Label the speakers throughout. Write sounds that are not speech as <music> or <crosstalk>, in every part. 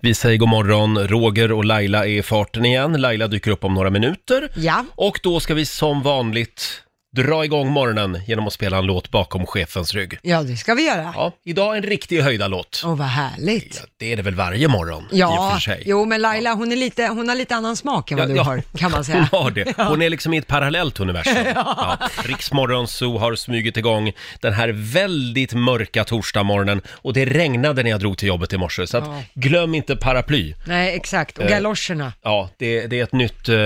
Speaker 1: Vi säger god morgon. Roger och Laila är i farten igen. Laila dyker upp om några minuter.
Speaker 2: Ja.
Speaker 1: Och då ska vi som vanligt dra igång morgonen genom att spela en låt bakom chefens rygg.
Speaker 2: Ja, det ska vi göra.
Speaker 1: Ja, idag en riktig höjdarlåt.
Speaker 2: Åh, vad härligt.
Speaker 1: Det är det väl varje morgon i och
Speaker 2: Ja,
Speaker 1: för sig.
Speaker 2: jo men Laila hon, är lite, hon har lite annan smak än vad
Speaker 1: Ja, <laughs>
Speaker 2: du
Speaker 1: ja.
Speaker 2: har kan man
Speaker 1: Hon
Speaker 2: säga.
Speaker 1: har det. Hon är liksom i ett parallellt universum.
Speaker 2: <laughs>
Speaker 1: Ja. Riksmorgon Zoo har smugit igång den här väldigt mörka torsdagmorgonen och det regnade när jag drog till jobbet i morse så att
Speaker 2: Ja.
Speaker 1: glöm inte paraply.
Speaker 2: Nej exakt, och
Speaker 1: Eh.
Speaker 2: galoscherna.
Speaker 1: Ja, det, det är ett nytt eh,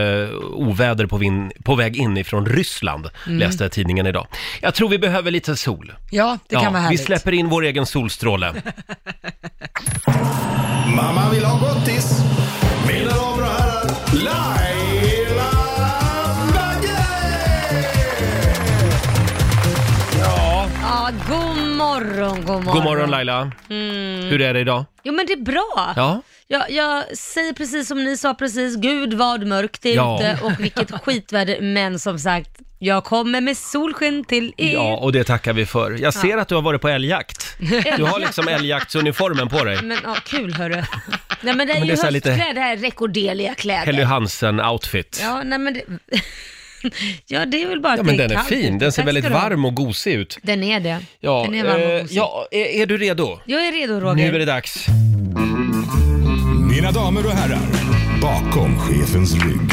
Speaker 1: oväder på, vin, på väg inifrån Ryssland,
Speaker 2: Mm.
Speaker 1: läste jag i tidningen idag. Jag tror vi behöver lite sol.
Speaker 2: Ja, det
Speaker 1: Ja,
Speaker 2: kan vara
Speaker 1: vi
Speaker 2: härligt.
Speaker 1: släpper in vår egen solstråle.
Speaker 3: <laughs>
Speaker 4: Mamma vill ha gottis. Mina damer och herrar, Laila
Speaker 3: Ja, god morgon, god morgon.
Speaker 1: God morgon Laila,
Speaker 3: Mm.
Speaker 1: hur är det idag?
Speaker 3: Jo men det är bra.
Speaker 1: Ja.
Speaker 3: Jag, jag säger precis som ni sa precis, gud vad mörkt det är
Speaker 1: Ja.
Speaker 3: ute och
Speaker 1: <laughs>
Speaker 3: vilket skitväder. Men som sagt, jag kommer med solsken till er.
Speaker 1: Ja, och det tackar vi för. Jag ser
Speaker 3: Ja.
Speaker 1: att du har varit på
Speaker 3: <laughs>
Speaker 1: älgjakt. Du har liksom älgjaktsuniformen på dig.
Speaker 3: Men ja,
Speaker 1: <laughs>
Speaker 3: kul hörru. Nej men det är
Speaker 1: Men det
Speaker 3: ju
Speaker 1: är så här lite-
Speaker 3: höstkläder, det här är rekorderliga kläder.
Speaker 1: Helly Hansen-outfit. Ja,
Speaker 3: Ja, nej men det... <laughs> ja, det är väl bara att
Speaker 1: men
Speaker 3: det
Speaker 1: den är
Speaker 3: kallt
Speaker 1: fin.
Speaker 3: ute.
Speaker 1: Den ser
Speaker 3: Tack
Speaker 1: väldigt
Speaker 3: ska du ha.
Speaker 1: varm och gosig ut.
Speaker 3: Den är det.
Speaker 1: Ja,
Speaker 3: den är varm och
Speaker 1: eh,
Speaker 3: gosig.
Speaker 1: ja är, är du redo?
Speaker 3: Jag är redo Roger.
Speaker 1: Nu är det dags.
Speaker 4: Mina damer och herrar, bakom chefens rygg.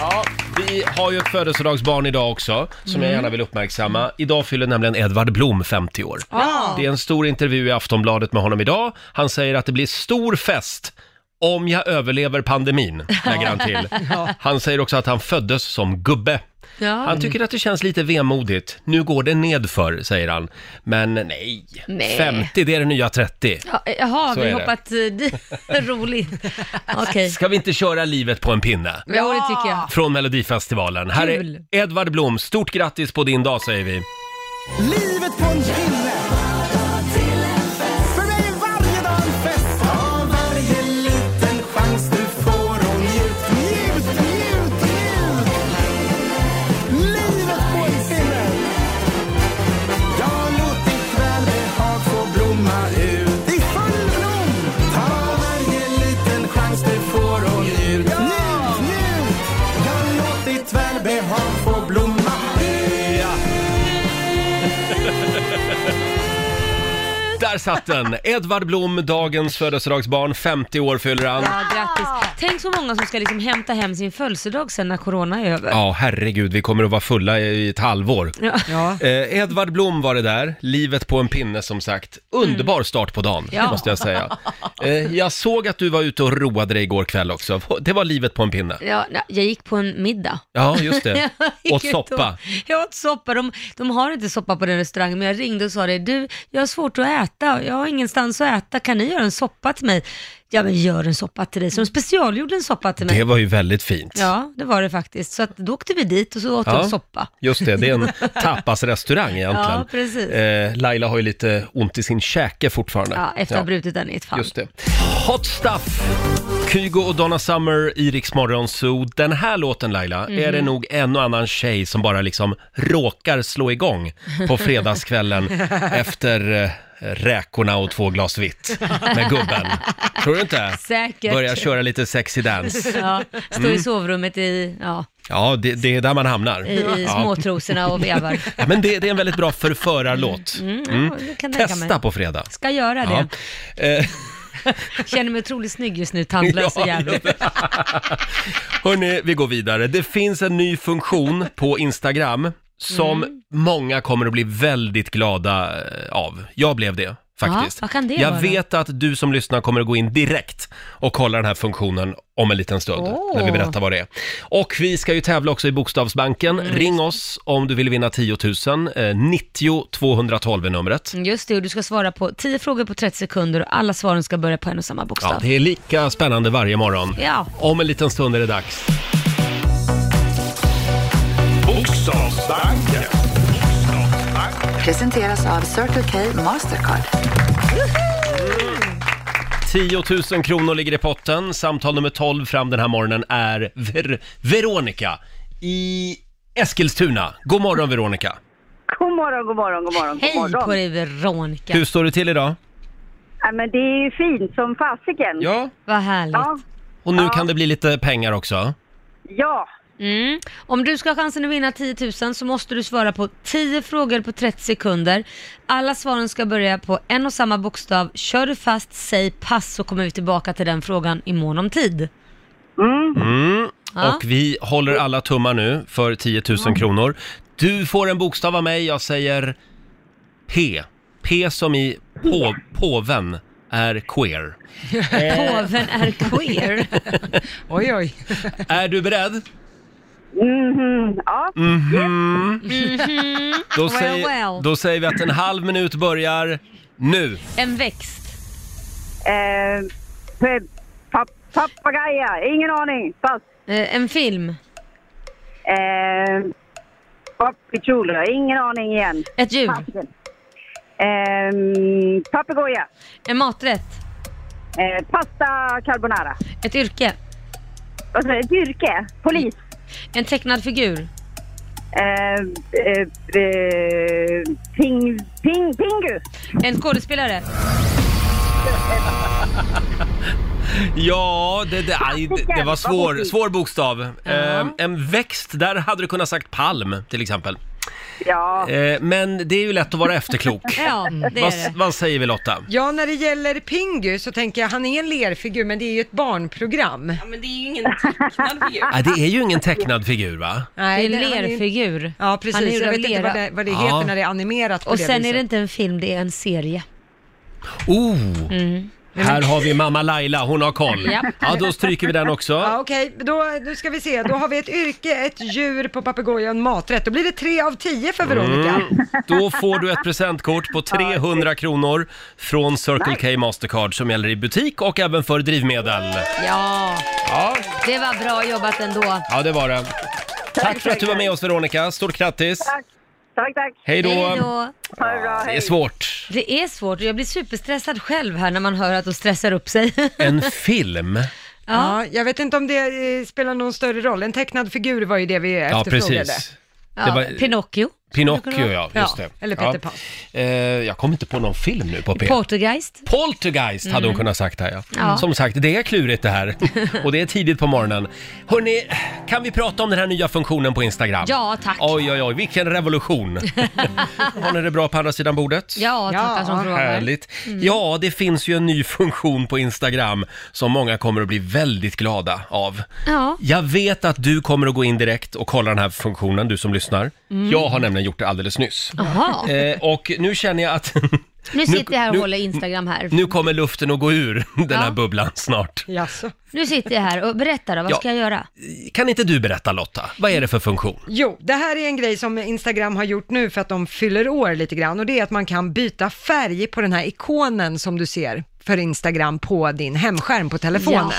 Speaker 1: Ja, vi har ju ett födelsedagsbarn idag också, som jag
Speaker 3: Mm.
Speaker 1: gärna vill uppmärksamma. Idag fyller nämligen Edvard Blom 50 år.
Speaker 3: Ja.
Speaker 1: Det är en stor intervju i Aftonbladet med honom idag. Han säger att det blir stor fest om jag överlever pandemin, lägger han till.
Speaker 3: <laughs> Ja.
Speaker 1: Han säger också att han föddes som gubbe.
Speaker 3: Ja.
Speaker 1: Han tycker att det känns lite vemodigt. Nu går det nedför, säger han. Men nej,
Speaker 3: Nej.
Speaker 1: 50 det är det nya 30.
Speaker 3: Ja, eh, Jaha,
Speaker 1: Så
Speaker 3: vi
Speaker 1: är
Speaker 3: har
Speaker 1: det.
Speaker 3: hoppat eh, <laughs> dit. Roligt.
Speaker 1: <laughs>
Speaker 3: Okej.
Speaker 1: Ska vi inte köra livet på en pinne?
Speaker 3: Ja, det tycker jag.
Speaker 1: Från Melodifestivalen. Här är
Speaker 3: Kul.
Speaker 1: Edvard Blom. Stort grattis på din dag säger vi.
Speaker 4: Livet på en pinne. För mig är varje dag en fest. Ta varje liten chans du får och njut, njut, njut, njut. Livet på en pinne. Ja, låt ikväll behag få blomma ut i full blom. Ta varje liten chans du får och njut, njut, njut. Ja, låt ditt välbehag få blomma ut.
Speaker 1: Där satt den! Edvard Blom, dagens födelsedagsbarn. 50 år fyller han.
Speaker 3: Ja, grattis. Tänk så många som ska liksom hämta hem sin födelsedag sen när corona är över.
Speaker 1: Ja, herregud, vi kommer att vara fulla i ett halvår.
Speaker 3: Ja. Ja.
Speaker 1: Eh, Edvard Blom var det där, livet på en pinne som sagt. Underbar start på dagen,
Speaker 3: Mm. Ja.
Speaker 1: måste jag säga. Eh, jag såg att du var ute och roade dig igår kväll också. Det var livet på en pinne.
Speaker 3: Ja, nej, jag gick på en middag.
Speaker 1: Ja, just det.
Speaker 3: <laughs> Jag gick
Speaker 1: Åt
Speaker 3: ut
Speaker 1: soppa.
Speaker 3: Jag åt soppa. De, de har inte soppa på den restaurangen, men jag ringde och sa det. Du, jag har svårt att äta. Jag har ingenstans att äta. Kan ni göra en soppa till mig? Ja, men gör en soppa till dig. Så de specialgjorde en soppa till mig.
Speaker 1: Det var ju väldigt fint.
Speaker 3: Ja, det var det faktiskt. Så att, då åkte vi dit och så åt
Speaker 1: Ja,
Speaker 3: de soppa.
Speaker 1: Just det, det är
Speaker 3: <laughs>
Speaker 1: en tapasrestaurang egentligen.
Speaker 3: Ja, precis.
Speaker 1: Eh, Laila har ju lite ont i sin käke fortfarande.
Speaker 3: Ja, efter att ha brutit den i ett fall.
Speaker 1: Just det. Hot stuff! Kygo och Donna Summer i Rix Morgon Zoo. Den här låten Laila,
Speaker 3: Mhm.
Speaker 1: är det nog en och annan tjej som bara liksom råkar slå igång på
Speaker 3: <laughs>
Speaker 1: fredagskvällen efter eh, räkorna och två glas vitt med gubben. Tror du inte?
Speaker 3: <laughs> Säkert.
Speaker 1: Börja köra lite sexy dance.
Speaker 3: Ja, stå i
Speaker 1: Mm.
Speaker 3: sovrummet i, ja,
Speaker 1: Ja, det, det är där man hamnar.
Speaker 3: i, i
Speaker 1: ja.
Speaker 3: småtrosorna
Speaker 1: <laughs>
Speaker 3: och vevar.
Speaker 1: Ja, men det, det är en väldigt bra förförarlåt.
Speaker 3: Mm, ja, det kan jag tänka mig.
Speaker 1: Testa på fredag.
Speaker 3: Ska göra det.
Speaker 1: Ja. Eh,
Speaker 3: Känner mig otroligt snygg just nu, tandlös
Speaker 1: Ja, <laughs>
Speaker 3: och jävlig.
Speaker 1: Hörni, vi går vidare. Det finns en ny funktion på Instagram som
Speaker 3: Mm.
Speaker 1: många kommer att bli väldigt glada eh, av. Jag blev det. Faktiskt.
Speaker 3: Ja, vad kan det
Speaker 1: jag
Speaker 3: vara?
Speaker 1: vet att du som lyssnar kommer att gå in direkt och kolla den här funktionen om en liten stund
Speaker 3: Åh.
Speaker 1: när vi berättar vad det är. Och vi ska ju tävla också i Bokstavsbanken.
Speaker 3: Mm.
Speaker 1: Ring oss om du vill vinna 10 000. Eh, 90 212 är numret.
Speaker 3: Just det, och du ska svara på 10 frågor på 30 sekunder och alla svaren ska börja på en och samma
Speaker 1: Ja,
Speaker 3: bokstav.
Speaker 1: det är lika spännande varje morgon.
Speaker 3: Ja.
Speaker 1: Om en liten stund är det dags.
Speaker 4: Bokstavsbanken.
Speaker 5: Presenteras av Circle K Mastercard.
Speaker 1: 10 000 kronor ligger i potten. Samtal nummer 12 fram den här morgonen är Ver- Veronica i Eskilstuna. God morgon Veronica!
Speaker 6: <laughs> God morgon, god morgon, god morgon.
Speaker 3: Hej
Speaker 6: god morgon.
Speaker 3: på dig Veronica!
Speaker 1: Hur står det till idag?
Speaker 6: Ja, men det är ju fint som fasiken.
Speaker 1: Ja,
Speaker 3: Vad härligt.
Speaker 6: Ja.
Speaker 1: och nu kan det bli lite pengar också.
Speaker 6: ja.
Speaker 3: Mm. Om du ska ha chansen att vinna 10 000 så måste du svara på 10 frågor på 30 sekunder. Alla svaren ska börja på en och samma bokstav. Kör du fast, säg pass så kommer vi tillbaka till den frågan i mån om tid.
Speaker 1: Mm.
Speaker 3: Ja.
Speaker 1: Och vi håller alla tummar nu för 10 000 kronor. Du får en bokstav av mig, jag säger P. P som i på, påven är queer.
Speaker 6: Eh.
Speaker 3: Påven är queer.
Speaker 2: Oj, oj.
Speaker 1: Är du beredd?
Speaker 6: Mhm, ja.
Speaker 1: Mm. Då,
Speaker 3: Well,
Speaker 1: säger,
Speaker 3: well.
Speaker 1: då säger vi att en halv minut börjar nu.
Speaker 3: En växt.
Speaker 6: Eh, pe- pap- Papagoja, ingen aning. Pass.
Speaker 3: Eh, En film.
Speaker 6: Eh, Papichula, ingen aning igen.
Speaker 3: Ett djur.
Speaker 6: Pass. Eh, Papegoja.
Speaker 3: En maträtt.
Speaker 6: Eh, pasta carbonara.
Speaker 3: Ett yrke.
Speaker 6: Och så ett yrke. Polis.
Speaker 3: En tecknad figur.
Speaker 6: Eh, eh, eh, ping, ping, pingu.
Speaker 3: En skådespelare.
Speaker 1: Ja, det, det, aj, det, det var svår, svår bokstav. Eh, en växt, där hade du kunnat sagt palm till exempel.
Speaker 6: Ja.
Speaker 1: Eh, men det är ju lätt att vara efterklok.
Speaker 3: <laughs> Ja, det
Speaker 1: Vad,
Speaker 3: är det.
Speaker 1: vad säger vi Lotta?
Speaker 2: Ja, när det gäller Pingu så tänker jag, han är en lerfigur, men det är ju ett barnprogram.
Speaker 7: Ja, men det är ju ingen tecknad figur.
Speaker 1: Nej, det är ju ingen tecknad figur va?
Speaker 3: Det är
Speaker 2: Nej,
Speaker 3: en
Speaker 2: han ju-
Speaker 3: lerfigur.
Speaker 2: Ja, precis.
Speaker 3: Han är gjord
Speaker 2: jag
Speaker 3: av
Speaker 2: vet inte vad
Speaker 3: lera.
Speaker 2: det, vad det
Speaker 1: Ja.
Speaker 2: heter när det är animerat på
Speaker 3: Och
Speaker 2: det
Speaker 3: sen
Speaker 2: viset.
Speaker 3: är det inte en film, det är en serie.
Speaker 1: Oh! Här har vi mamma Laila, hon har koll.
Speaker 3: Mm. Ja.
Speaker 1: Ja, då stryker vi den
Speaker 2: Ja,
Speaker 1: också.
Speaker 2: okej, då, nu ska vi se. Då har vi ett yrke, ett djur på papegoja och en maträtt. Då blir det tre av tio för Veronica.
Speaker 1: Mm. Då får du ett presentkort på 300 kronor från Circle K Mastercard som gäller i butik och även för drivmedel.
Speaker 3: Ja,
Speaker 1: Ja,
Speaker 3: det var bra jobbat ändå.
Speaker 1: ja det var det. Tack för att du var med oss Veronica, stort grattis!
Speaker 6: Tack. Tack, tack.
Speaker 1: Hej
Speaker 3: Hej
Speaker 1: då!
Speaker 3: då.
Speaker 6: Ha det bra.
Speaker 1: Det är
Speaker 6: Hej.
Speaker 1: svårt.
Speaker 3: Det är svårt och jag blir superstressad själv här när man hör att de stressar upp sig.
Speaker 1: En film.
Speaker 2: Ja, jag vet inte om det eh, spelar någon större roll. En tecknad figur var ju det vi
Speaker 1: Ja,
Speaker 2: efterfrågade.
Speaker 1: precis. Det
Speaker 3: <laughs> Ja,
Speaker 1: var-
Speaker 3: Pinocchio.
Speaker 1: Pinocchio, ja. Just det.
Speaker 2: Ja, eller Peter
Speaker 1: Ja.
Speaker 2: Pan.
Speaker 1: Eh, jag kom inte på någon film nu på P.
Speaker 3: Poltergeist.
Speaker 1: Poltergeist hade hon kunnat sagt här ja.
Speaker 3: Mm. Ja.
Speaker 1: Som sagt, det är klurigt det
Speaker 3: <laughs>
Speaker 1: här. Och det är tidigt på morgonen. Hörni, kan vi prata om den här nya funktionen på Instagram?
Speaker 3: Ja, tack.
Speaker 1: Oj, oj, oj, vilken
Speaker 3: <laughs>
Speaker 1: revolution. Har ni det bra på andra sidan bordet?
Speaker 3: Ja, Mm.
Speaker 2: Ja,
Speaker 3: tackar som frågar.
Speaker 1: Härligt. Ja, det finns ju en ny funktion på Instagram som många kommer att bli väldigt glada av.
Speaker 3: Ja,
Speaker 1: Jag vet att du kommer att gå in direkt och kolla den här funktionen, du som lyssnar.
Speaker 3: Mm.
Speaker 1: Jag har nämligen gjort det alldeles nyss.
Speaker 3: jaha.
Speaker 1: Eh, och nu känner jag att
Speaker 3: Nu sitter jag här
Speaker 1: nu-
Speaker 3: och håller Instagram här.
Speaker 1: nu kommer luften att gå ur <laughs> den här
Speaker 3: Ja.
Speaker 1: bubblan snart.
Speaker 2: Jaså?
Speaker 3: Nu sitter jag här och berättar då, vad
Speaker 1: Ja.
Speaker 3: ska jag göra?
Speaker 1: Kan inte du berätta Lotta, vad är det för funktion?
Speaker 2: Jo, det här är en grej som Instagram har gjort nu för att de fyller år lite grann och det är att man kan byta färg på den här ikonen som du ser för Instagram på din hemskärm på telefonen.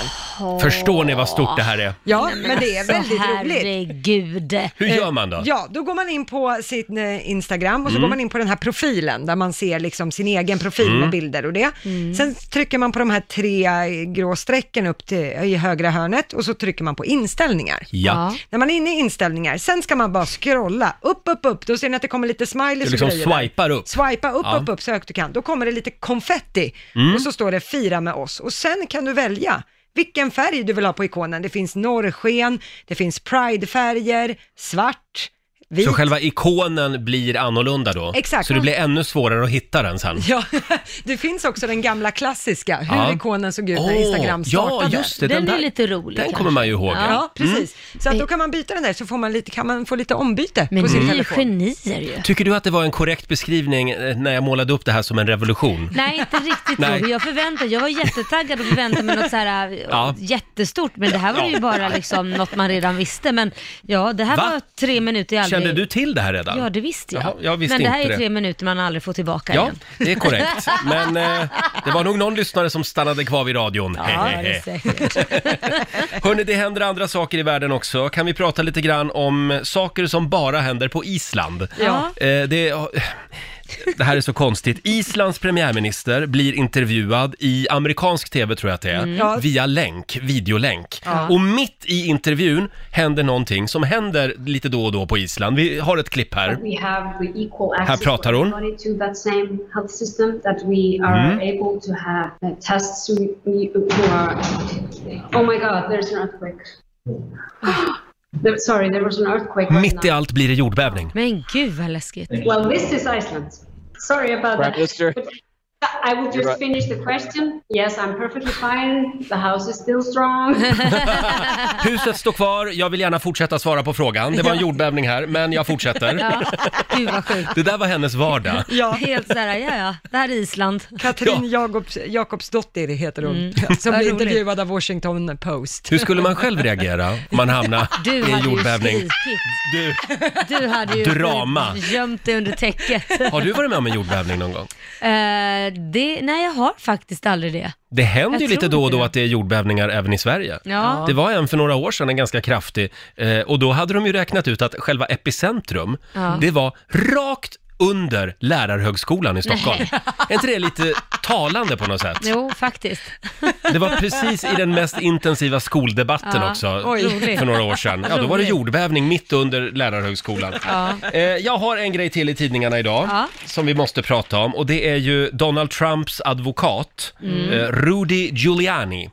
Speaker 1: Förstår ni vad stort det här är?
Speaker 2: Ja, men det är
Speaker 3: alltså,
Speaker 2: väldigt
Speaker 3: Så
Speaker 2: roligt.
Speaker 3: Herregud.
Speaker 1: Hur gör man
Speaker 3: Eh,
Speaker 1: då?
Speaker 2: Eh,
Speaker 1: Mm.
Speaker 2: Ja, då går man in på sitt eh, Instagram och så går man in på den här profilen där man ser liksom sin egen profil
Speaker 1: Mm.
Speaker 2: med bilder och det. Sen trycker man på de här tre eh, grå strecken upp till, i högra hörnet och så trycker man på inställningar.
Speaker 1: Ja.
Speaker 2: När man är inne i inställningar, sen ska man bara scrolla upp, upp, upp. Då ser ni att det kommer lite smileys
Speaker 1: Du liksom
Speaker 2: och grejer där.
Speaker 1: swipar upp.
Speaker 2: Swipa upp,
Speaker 1: Ja. Mm.
Speaker 2: upp, upp så högt du kan. Då kommer det lite konfetti och så står det fira med oss. Och sen kan du välja vilken färg du vill ha på ikonen. Det finns norrsken, det finns pridefärger, svart, vit.
Speaker 1: Så själva ikonen blir annorlunda då?
Speaker 2: Exakt.
Speaker 1: Så det blir ännu svårare att hitta den
Speaker 3: <laughs>
Speaker 1: sen?
Speaker 2: <laughs> Ja, <laughs> det finns också den gamla klassiska, hur
Speaker 1: Ja.
Speaker 2: ikonen såg ut när
Speaker 1: Åh,
Speaker 2: Instagram startade.
Speaker 1: Ja, just Mm. det. Den,
Speaker 3: Den är
Speaker 1: där,
Speaker 3: lite rolig
Speaker 1: Den
Speaker 3: kanske.
Speaker 1: kommer man ju ihåg.
Speaker 3: Ja.
Speaker 2: Ja,
Speaker 1: Ja.
Speaker 2: precis. Så att då kan man byta den där så får man lite, kan man få lite ombyte
Speaker 3: Men
Speaker 2: på sin
Speaker 1: Mm.
Speaker 3: ni är ju
Speaker 2: telefon.
Speaker 3: genier ju.
Speaker 1: Tycker du att det var en korrekt beskrivning eh, när jag målade upp det här som en revolution?
Speaker 3: Nej, inte riktigt
Speaker 1: Nej.
Speaker 3: Roger. Jag förväntade, jag var jättetaggad och förväntade mig något så här eh,
Speaker 1: Ja.
Speaker 3: jättestort, men det här var ju bara liksom något man redan visste. Men ja, det här
Speaker 1: Va?
Speaker 3: var tre minuter jag aldrig...
Speaker 1: Kände du till det här redan?
Speaker 3: Ja, det visste jag.
Speaker 1: Jaha, jag visste
Speaker 3: men det här
Speaker 1: inte
Speaker 3: är
Speaker 1: det.
Speaker 3: tre minuter man aldrig får tillbaka
Speaker 1: Ja,
Speaker 3: igen.
Speaker 1: det är korrekt. Men eh, det var nog någon lyssnare som stannade kvar vid radion.
Speaker 3: Ja, det är säkert.
Speaker 1: Hörni, det händer andra saker i världen också. Kan vi prata lite grann om saker som bara händer på Island?
Speaker 3: Ja.
Speaker 1: Eh, det, det här är så konstigt. Islands premiärminister blir intervjuad i amerikansk tv tror jag att det
Speaker 3: Mm.
Speaker 1: är,
Speaker 2: Ja.
Speaker 1: via länk, videolänk. Och mitt i intervjun händer någonting som händer lite då och då på Island. Vi har ett klipp här.
Speaker 8: We have the equal access
Speaker 1: Här pratar hon.
Speaker 8: for everybody to that same health system that we are able to have uh, tests who who are Oh my god, there's an earthquake. There- Sorry, there was an earthquake. right
Speaker 1: Mitt i
Speaker 8: now.
Speaker 1: allt blir det jordbävning.
Speaker 3: Men gud vad läskigt.
Speaker 8: Well, this is Iceland. Sorry about
Speaker 9: Prime
Speaker 8: that.
Speaker 9: Minister.
Speaker 8: But uh, I will just
Speaker 9: right.
Speaker 8: finish the question. Yes, I'm perfectly fine. The house is still strong.
Speaker 1: Huset står kvar, jag vill gärna fortsätta svara på frågan. Det var en jordbävning här, men jag fortsätter.
Speaker 3: Ja, <laughs> gud vad sjukt.
Speaker 1: Det där var hennes vardag.
Speaker 2: Ja.
Speaker 3: Helt såhär, ja ja, det här är Island.
Speaker 2: Katrin Jakobs, Jakobsdottir heter hon, <laughs> som
Speaker 3: Mm. Vad
Speaker 2: blev
Speaker 3: roligt.
Speaker 2: intervjuad av Washington Post.
Speaker 1: Hur skulle man själv reagera om man hamnar
Speaker 3: Du
Speaker 1: i en
Speaker 3: hade ju
Speaker 1: jordbävning?
Speaker 3: skrikit.
Speaker 1: Du,
Speaker 3: Du hade ju
Speaker 1: Drama.
Speaker 3: gömt dig under täcket.
Speaker 1: har du varit med om en jordbävning någon gång?
Speaker 3: Eh, det, nej, jag har faktiskt aldrig det.
Speaker 1: Det händer
Speaker 3: Jag
Speaker 1: ju lite
Speaker 3: tror
Speaker 1: då och
Speaker 3: inte
Speaker 1: då
Speaker 3: det.
Speaker 1: att det är jordbävningar även i Sverige.
Speaker 3: Ja.
Speaker 1: Det var en för några år sedan, en ganska kraftig, eh, och då hade de ju räknat ut att själva epicentrum,
Speaker 3: Ja.
Speaker 1: det var rakt under lärarhögskolan i Stockholm. Är inte det lite talande på något sätt?
Speaker 3: Jo, faktiskt.
Speaker 1: Det var precis i den mest intensiva skoldebatten
Speaker 3: Ja,
Speaker 1: också
Speaker 3: oj.
Speaker 1: för några år sedan. Ja, då var det
Speaker 3: Roligt.
Speaker 1: jordbävning mitt under lärarhögskolan.
Speaker 3: Ja.
Speaker 1: Eh, jag har en grej till i tidningarna idag
Speaker 3: Ja.
Speaker 1: som vi måste prata om och det är ju Donald Trumps advokat
Speaker 3: Mm.
Speaker 1: eh, Rudy Giuliani.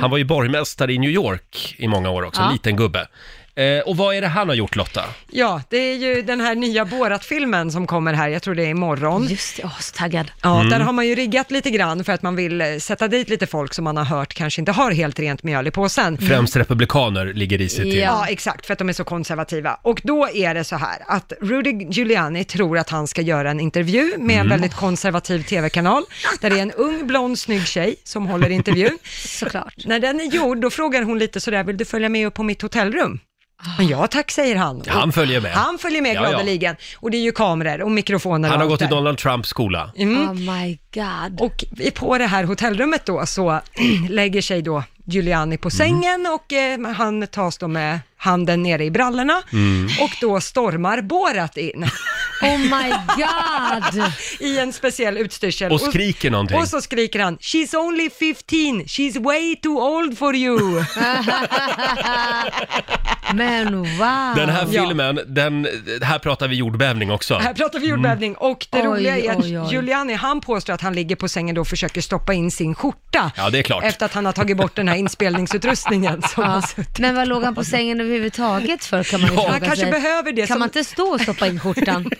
Speaker 1: Han var ju borgmästare i New York i många år också,
Speaker 3: Ja.
Speaker 1: en liten gubbe. Eh, och vad är det han har gjort Lotta?
Speaker 2: Ja, det är ju den här nya Borat-filmen som kommer här, jag tror det är imorgon.
Speaker 3: Just det, jag var så taggad.
Speaker 2: Ja, där har man ju riggat lite grann för att man vill eh, sätta dit lite folk som man har hört kanske inte har helt rent mjöl i påsen.
Speaker 1: Främst republikaner ligger i sig till.
Speaker 3: Mm. Ja.
Speaker 2: Ja, exakt, för att de är så konservativa. Och då är det så här att Rudy Giuliani tror att han ska göra en intervju med en väldigt konservativ tv-kanal, där det är en ung, blond, snygg tjej som håller intervjun.
Speaker 3: Såklart.
Speaker 2: När den är gjord, då frågar hon lite sådär, vill du följa med upp på mitt hotellrum? Men ja tack, säger han.
Speaker 1: Ja, han följer med.
Speaker 2: Han följer med
Speaker 1: Ja, ja.
Speaker 2: gladeligen. Och det är ju kameror och mikrofoner
Speaker 1: Han
Speaker 2: och
Speaker 1: har
Speaker 2: allt
Speaker 1: gått i
Speaker 2: där.
Speaker 1: Donald Trumps skola.
Speaker 3: Oh my god.
Speaker 2: Och i- på det här hotellrummet då så <clears throat> lägger sig då Giuliani
Speaker 1: Mm.
Speaker 2: på sängen och eh, han tas då med handen nere i brallorna
Speaker 1: Mm.
Speaker 2: och då stormar Borat in <laughs>
Speaker 3: Oh my god!
Speaker 2: i en speciell utstyrsel.
Speaker 1: Och skriker någonting.
Speaker 2: Och så skriker han “She's only 15, she's way too old for you”. <laughs>
Speaker 3: Men wow!
Speaker 1: Den här
Speaker 2: Ja.
Speaker 1: filmen, den, här pratar vi jordbävning också.
Speaker 2: Här pratar vi
Speaker 1: Mm.
Speaker 2: jordbävning och det
Speaker 3: Oj,
Speaker 2: roliga är att
Speaker 3: oj, oj.
Speaker 2: Giuliani, han påstår att han ligger på sängen då och försöker stoppa in sin skjorta.
Speaker 1: Ja, det är klart.
Speaker 2: Efter att han har tagit
Speaker 1: <laughs>
Speaker 2: bort den här inspelningsutrustningen som har
Speaker 3: Ja.
Speaker 2: suttit.
Speaker 3: Men vad låg han på sängen överhuvudtaget för kan man ju
Speaker 1: Ja.
Speaker 3: fråga
Speaker 2: Han kanske
Speaker 3: sig.
Speaker 2: behöver det
Speaker 3: Kan
Speaker 2: som-
Speaker 3: man inte stå och stoppa in skjortan?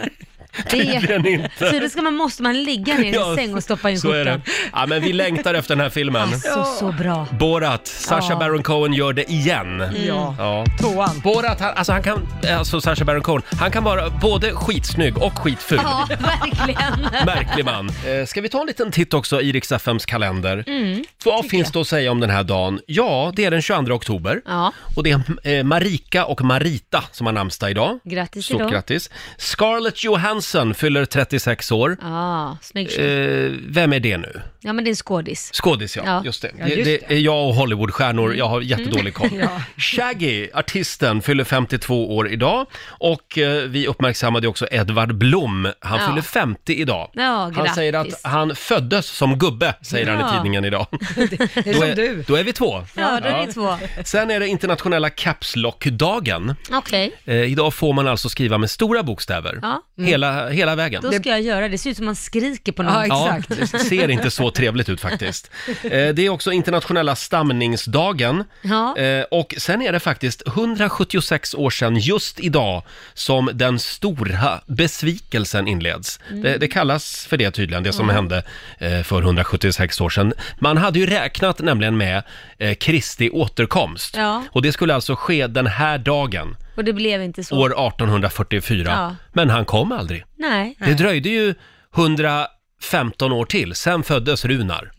Speaker 3: Det är...
Speaker 1: Den är inte-
Speaker 3: Tydligen ska man, måste man ligga ner i en
Speaker 1: Ja,
Speaker 3: säng och stoppa in
Speaker 1: Så är det.
Speaker 3: skjortan.
Speaker 1: Ja, men vi längtar efter den här filmen.
Speaker 3: Alltså så bra.
Speaker 1: Borat, Sacha
Speaker 3: Ja. Mm.
Speaker 1: Baron Cohen gör det igen.
Speaker 2: Ja,
Speaker 1: Ja.
Speaker 2: tvåan.
Speaker 1: Borat, han, alltså han kan, alltså Sacha Baron Cohen, han kan vara både skitsnygg och skitful.
Speaker 3: Ja, verkligen.
Speaker 1: Märklig
Speaker 3: <laughs>
Speaker 1: man. Eh, ska vi ta en liten titt också i Rix FMs kalender?
Speaker 3: Mm,
Speaker 1: Vad finns det att säga om den här dagen? Ja, det är den 22 oktober.
Speaker 3: Ja.
Speaker 1: Och det är eh, Marika och Marita som har namnsdag idag.
Speaker 3: Grattis till
Speaker 1: Stort
Speaker 3: dem.
Speaker 1: grattis. Scarlett Johansson fyller 36 år.
Speaker 3: Ja, snygg tjej.
Speaker 1: Eh, vem är det nu?
Speaker 3: Ja men det är en skådis.
Speaker 1: Skådis ja,
Speaker 3: Ja. Mm.
Speaker 1: just det.
Speaker 2: Ja, just
Speaker 1: det. Det är jag och Hollywoodstjärnor, jag har jättedålig
Speaker 3: <laughs>
Speaker 1: koll. Shaggy, artisten, fyller 52 år idag. Och eh, vi uppmärksammade också Edvard Blom, han
Speaker 3: Ja.
Speaker 1: fyller 50 idag.
Speaker 3: Ja,
Speaker 1: han
Speaker 3: grattis.
Speaker 1: säger att han föddes som gubbe, säger han i
Speaker 3: Ja.
Speaker 1: tidningen
Speaker 3: <laughs>
Speaker 1: idag.
Speaker 2: Det är
Speaker 1: Då
Speaker 2: som
Speaker 1: är,
Speaker 2: du.
Speaker 1: då är vi två.
Speaker 3: Ja, då är
Speaker 1: Ja.
Speaker 3: ni två.
Speaker 1: Sen är det internationella Caps Lock-dagen.
Speaker 3: Okej,
Speaker 1: Eh, idag får man alltså skriva med stora bokstäver,
Speaker 3: Ja.
Speaker 1: hela, hela vägen.
Speaker 3: då ska jag göra det. Det ser ut som man skriker på någon.
Speaker 2: Ja,
Speaker 1: Ja,
Speaker 2: Exakt.
Speaker 1: det ser inte så trevligt ut faktiskt. Eh, Det är också internationella stamningsdagen.
Speaker 3: Ja.
Speaker 1: Eh, Och sen är det faktiskt 176 år sedan just idag som den stora besvikelsen inleds.
Speaker 3: Mm.
Speaker 1: Det, det kallas för det tydligen, det som hände eh, för 176 år sedan. Man hade ju räknat nämligen med eh, Kristi återkomst.
Speaker 3: Ja.
Speaker 1: Och det skulle alltså ske den här dagen,
Speaker 3: Och det blev inte så.
Speaker 1: år 1844.
Speaker 3: Ja.
Speaker 1: Men han kom aldrig.
Speaker 3: Nej.
Speaker 1: Det dröjde ju 115 år till, sen föddes Runar.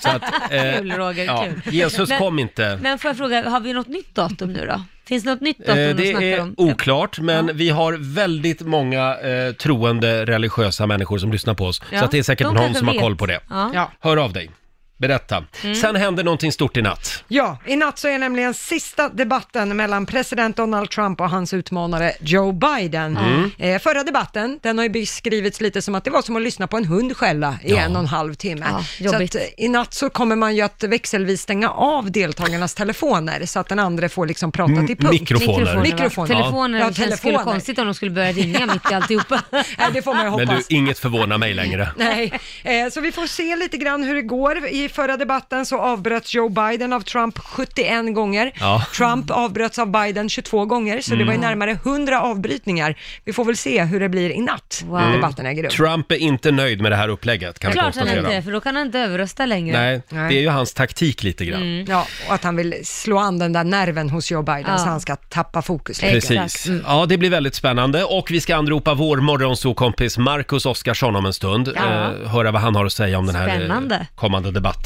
Speaker 1: Så att, <laughs> eh,
Speaker 3: <laughs> Kul Roger,
Speaker 1: ja,
Speaker 3: kul.
Speaker 1: Jesus
Speaker 3: Men-
Speaker 1: kom inte.
Speaker 3: Men får jag fråga, har vi något nytt datum nu då? Finns det något nytt datum
Speaker 1: Eh,
Speaker 3: att
Speaker 1: det
Speaker 3: snacka
Speaker 1: är
Speaker 3: om?
Speaker 1: oklart, men vi har väldigt många eh, troende religiösa människor som lyssnar på oss.
Speaker 3: Ja,
Speaker 1: Så att det är säkert
Speaker 3: de
Speaker 1: någon
Speaker 3: kanske
Speaker 1: som har
Speaker 3: vet.
Speaker 1: koll på det.
Speaker 3: Ja. Mm.
Speaker 2: Ja.
Speaker 1: Hör av dig. berätta. Sen hände någonting stort i natt.
Speaker 2: Ja, i natt så är nämligen sista debatten mellan president Donald Trump och hans utmanare Joe Biden.
Speaker 1: Mm.
Speaker 2: Eh, förra debatten, den har ju beskrivits lite som att det var som att lyssna på en hund skälla i
Speaker 1: Ja.
Speaker 2: en och en halv timme.
Speaker 3: Ja,
Speaker 2: så
Speaker 3: jobbigt.
Speaker 2: att, eh, i natt så kommer man ju att växelvis stänga av deltagarnas telefoner så att den andra får liksom prata
Speaker 1: M-
Speaker 2: till punkt.
Speaker 1: mikrofoner.
Speaker 3: Mikrofoner.
Speaker 2: Mikrofoner.
Speaker 3: Telefoner,
Speaker 2: Ja,
Speaker 3: det känns- skulle
Speaker 2: telefoner.
Speaker 3: konstigt om de skulle börja
Speaker 2: <laughs>
Speaker 3: ringa mitt i alltihopa.
Speaker 2: Nej, det får man ju hoppas.
Speaker 1: Men du, inget förvånar mig längre.
Speaker 2: Nej, eh, så vi får se lite grann hur det går. I förra debatten så avbröts Joe Biden av Trump 71 gånger.
Speaker 1: Ja. Mm.
Speaker 2: Trump avbröts av Biden 22 gånger, så det var ju närmare 100 avbrytningar. Vi får väl se hur det blir i natt
Speaker 3: Wow.
Speaker 2: när debatten äger rum.
Speaker 1: Trump är inte nöjd med det här upplägget kan vi
Speaker 3: Klart han
Speaker 1: konstatera.
Speaker 3: inte är, för då kan han inte överrösta längre.
Speaker 1: Nej,
Speaker 2: Nej.
Speaker 1: det är ju hans taktik lite grann.
Speaker 3: Mm.
Speaker 2: Ja, och att han vill slå an den där nerven hos Joe Biden
Speaker 3: Ja.
Speaker 2: så han ska tappa fokus lite.
Speaker 1: Precis.
Speaker 3: Exakt. Mm.
Speaker 1: Ja, det blir väldigt spännande och vi ska anropa vår morgonsokompis Marcus Oskarsson om en stund.
Speaker 3: Ja.
Speaker 1: Eh, höra vad han har att säga om den här eh,
Speaker 3: Spännande.
Speaker 1: kommande debatten.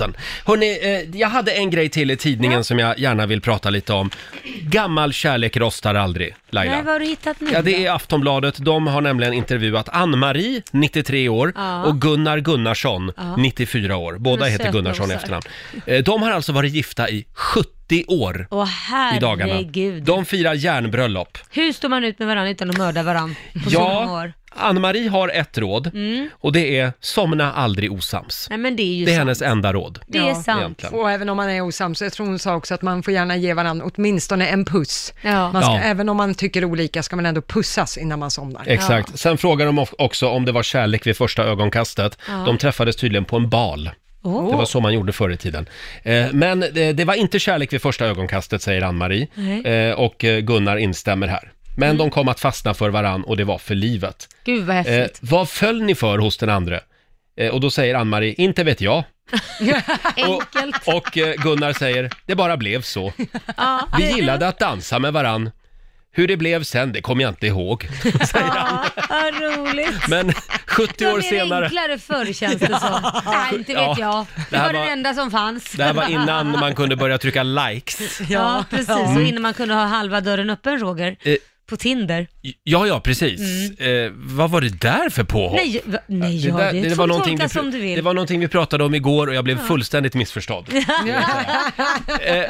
Speaker 1: Hörrni, eh, jag hade en grej till i tidningen som jag gärna vill prata lite om. Gammal kärlek rostar aldrig, Laila.
Speaker 3: Nej, vad har du hittat nu?
Speaker 1: Ja, det
Speaker 3: då?
Speaker 1: är Aftonbladet. De har nämligen intervjuat Ann-Marie, 93 år,
Speaker 3: Ja.
Speaker 1: och Gunnar Gunnarsson, 94 år. Båda
Speaker 3: Men
Speaker 1: heter
Speaker 3: söta
Speaker 1: Gunnarsson i
Speaker 3: osar.
Speaker 1: efternamn. Eh, De har alltså varit gifta i 70 år
Speaker 3: Åh
Speaker 1: i dagarna.
Speaker 3: herregud.
Speaker 1: De firar järnbröllop.
Speaker 3: Hur står man ut med varandra utan att mörda varandra på så många
Speaker 1: Ja,
Speaker 3: år?
Speaker 1: Ann-Marie har ett råd och det är somna aldrig osams.
Speaker 3: Nej men det är ju
Speaker 1: Det är
Speaker 3: sant.
Speaker 1: hennes enda råd.
Speaker 3: Det är
Speaker 2: Ja.
Speaker 3: sant.
Speaker 1: Egentligen.
Speaker 2: Och även om man är osams, så jag tror hon sa också att man får gärna ge varandra åtminstone en puss.
Speaker 3: Ja.
Speaker 2: Man ska,
Speaker 1: Ja.
Speaker 2: Även om man tycker olika ska man ändå pussas innan man somnar.
Speaker 1: Exakt. Sen frågar de of- också om det var kärlek vid första ögonkastet. De träffades tydligen på en bal.
Speaker 3: Åh.
Speaker 1: Det var så man gjorde förr i tiden. Eh, Men det, det var inte kärlek vid första ögonkastet, säger Ann-Marie.
Speaker 3: Nej. Mm.
Speaker 1: Eh, Och eh, Gunnar instämmer här. Men de kom att fastna för varann och det var för livet.
Speaker 3: Gud vad
Speaker 1: Eh,
Speaker 3: häftigt.
Speaker 1: vad föll ni för hos den andra? Eh, och då säger Ann-Marie, inte vet jag.
Speaker 3: Enkelt.
Speaker 1: Och, och eh, Gunnar säger, det bara blev så.
Speaker 3: Ja.
Speaker 1: Vi gillade att dansa med varann. Hur det blev sen, det kommer jag inte ihåg.
Speaker 3: Ja, vad roligt. <laughs>
Speaker 1: Men 70
Speaker 3: Det var
Speaker 1: år
Speaker 3: mer
Speaker 1: senare.
Speaker 3: enklare förr känns det som. Nej, inte vet
Speaker 1: Ja.
Speaker 3: jag.
Speaker 1: Det
Speaker 3: Det
Speaker 1: här
Speaker 3: var
Speaker 1: var-
Speaker 3: den enda som fanns.
Speaker 1: Det här var innan man kunde börja trycka likes.
Speaker 3: Ja, precis. Och innan man kunde ha halva dörren öppen, Roger.
Speaker 1: Eh.
Speaker 3: På Tinder.
Speaker 1: Ja, ja, precis. Eh, vad var det där för påhopp?
Speaker 3: Mm. Nej, va, nej
Speaker 1: Det,
Speaker 3: ja,
Speaker 1: där,
Speaker 3: det,
Speaker 1: det,
Speaker 3: får
Speaker 1: var
Speaker 3: du
Speaker 1: någonting vi,
Speaker 3: tolka
Speaker 1: pr-
Speaker 3: som du vill.
Speaker 1: det var någonting vi pratade om igår och jag blev fullständigt
Speaker 3: <laughs>
Speaker 1: missförstådd. eh,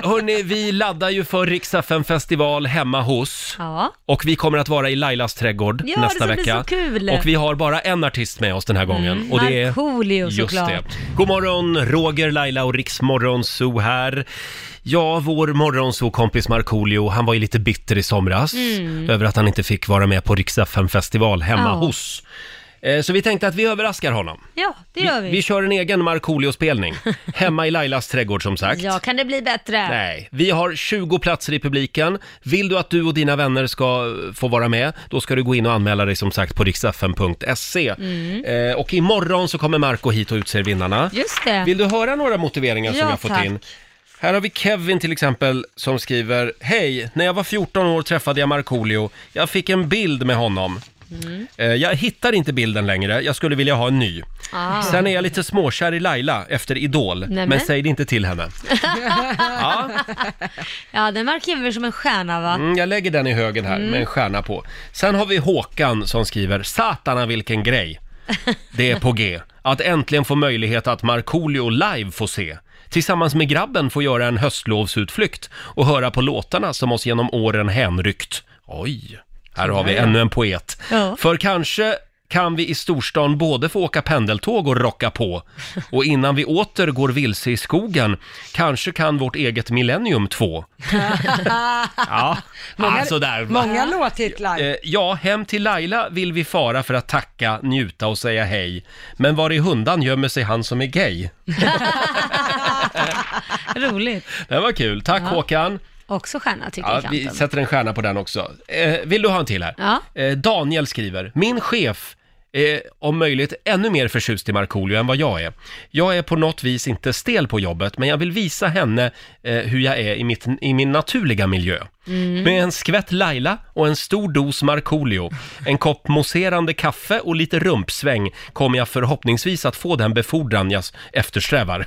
Speaker 1: hörni, vi laddar ju för Riksaffen festival hemma hos.
Speaker 3: Ja,
Speaker 1: Och vi kommer att vara i Lailas trädgård
Speaker 3: Ja,
Speaker 1: nästa
Speaker 3: det ska bli
Speaker 1: vecka.
Speaker 3: så kul. Mm,
Speaker 1: Och vi har bara en artist med oss den här gången. Mm, och det är...
Speaker 3: Markoolio
Speaker 1: Just
Speaker 3: såklart.
Speaker 1: det. God morgon, Roger, Laila och Riksmorgon Zoo här. Ja, vår morgonzoo-kompis Markoolio, han var ju lite bitter i somras över att han inte fick vara med på Riksaffen festival hemma
Speaker 3: Mm. Ja.
Speaker 1: hos. Eh, Så vi tänkte att vi överraskar honom.
Speaker 3: Ja, det gör vi.
Speaker 1: Vi kör en egen
Speaker 3: <laughs>
Speaker 1: Markoolio-spelning. Hemma i Lailas trädgård som sagt.
Speaker 3: Ja, kan det bli bättre?
Speaker 1: Nej, vi har 20 platser i publiken. Vill du att du och dina vänner ska eh, få vara med, då ska du gå in och anmäla dig som sagt på riksfn.se. Eh, och imorgon så kommer Marco hit och utser vinnarna.
Speaker 3: Just det.
Speaker 1: Vill du höra några motiveringar som
Speaker 3: Ja,
Speaker 1: jag har fått
Speaker 3: tack.
Speaker 1: in? Här har vi Kevin till exempel som skriver Hej, när jag var 14 år träffade jag Markoolio. Jag fick en bild med honom.
Speaker 3: Mm.
Speaker 1: Eh, Jag hittar inte bilden längre, jag skulle vilja ha en ny.
Speaker 3: Ah.
Speaker 1: Sen är jag lite småkär i Laila efter Idol,
Speaker 3: Nämen.
Speaker 1: men säg det inte till
Speaker 3: <laughs>
Speaker 1: henne. ja,
Speaker 3: Ja, den markerar vi som en stjärna va?
Speaker 1: Mm, jag lägger den i högen här med en
Speaker 3: Mm.
Speaker 1: stjärna på. Sen har vi Håkan som skriver, satana vilken grej. Det är på G. Att äntligen få möjlighet att Markoolio live får se. Tillsammans med grabben får göra en höstlovsutflykt och höra på låtarna som oss genom åren hänryckt. Oj, här har vi ännu en poet.
Speaker 3: Ja.
Speaker 1: För kanske kan vi i storstan både få åka pendeltåg och rocka på. Och innan vi åter går vilse i skogen, kanske kan vårt eget millennium 2 Ja, många, alltså där.
Speaker 2: Många låttitlar.
Speaker 1: Eh, Ja, hem till Laila vill vi fara för att tacka, njuta och säga hej. Men var i hundan gömmer sig han som är gay? Mm.
Speaker 3: Roligt.
Speaker 1: Det var kul. Tack Håkan.
Speaker 3: Också stjärna tycker
Speaker 1: Ja,
Speaker 3: jag i
Speaker 1: vi
Speaker 3: kanten.
Speaker 1: sätter en stjärna på den också. Eh, vill du ha en till här?
Speaker 3: Ja.
Speaker 1: Eh, Daniel skriver, min chef är om möjligt ännu mer förtjust i Markoolio än vad jag är. Jag är på något vis inte stel på jobbet, men jag vill visa henne eh, hur jag är i, mitt, i min naturliga miljö.
Speaker 3: Mm.
Speaker 1: Med en skvätt Laila och en stor dos Markoolio, en kopp mousserande kaffe och lite rumpsväng kommer jag förhoppningsvis att få den befordran jag s-
Speaker 3: <laughs>
Speaker 1: eftersträvar.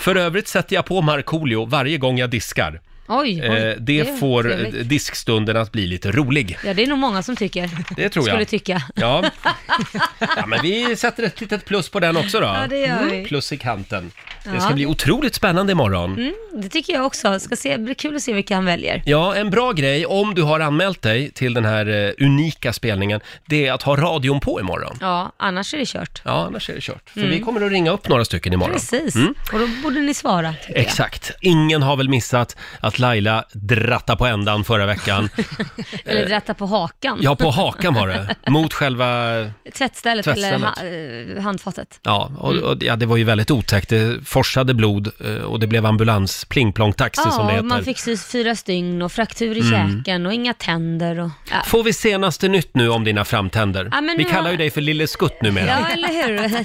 Speaker 1: För övrigt sätter jag på Markoolio varje gång jag diskar.
Speaker 3: Oj, oj.
Speaker 1: Eh, det
Speaker 3: är
Speaker 1: får
Speaker 3: trevligt.
Speaker 1: diskstunden att bli lite rolig.
Speaker 3: Ja, det är nog många som tycker.
Speaker 1: Det tror jag.
Speaker 3: Skulle tycka. <laughs>
Speaker 1: Ja. ja, men vi sätter ett litet plus på den också då. Mm.
Speaker 3: Ja, det gör vi.
Speaker 1: Plus i kanten. Det
Speaker 3: Ja.
Speaker 1: ska bli otroligt spännande imorgon.
Speaker 3: Mm, det tycker jag också. Ska se, det blir kul att se vilka han väljer.
Speaker 1: Ja, en bra grej om du har anmält dig till den här eh, unika spelningen, det är att ha radion på imorgon.
Speaker 3: Ja, annars är det kört.
Speaker 1: Ja, annars är det kört. För vi kommer att ringa upp några stycken imorgon.
Speaker 3: Mm. Precis.
Speaker 1: Mm.
Speaker 3: Och då borde ni svara, tycker jag.
Speaker 1: Exakt. Ingen har väl missat att Laila drattade på ändan förra
Speaker 3: <laughs>
Speaker 1: veckan.
Speaker 3: Eller rätta på hakan.
Speaker 1: Ja, på hakan var det. Mot själva...
Speaker 3: Tvättstället,
Speaker 1: Tvättstället.
Speaker 3: eller ha, eh, handfatet.
Speaker 1: Ja, och,
Speaker 3: Mm.
Speaker 1: och, ja, det var ju väldigt otäckt. Det forsade blod eh, och det blev ambulans plingplongtaxi som det
Speaker 3: Ja,
Speaker 1: heter. Mm.
Speaker 3: och man fick sy fyra stygn och fraktur i käken och inga tänder och... Ja,
Speaker 1: Får vi senaste nytt nu om dina framtänder?
Speaker 3: Ja, men
Speaker 1: vi
Speaker 3: nu
Speaker 1: kallar
Speaker 3: har-
Speaker 1: ju dig för Lille Skutt numera.
Speaker 3: ja eller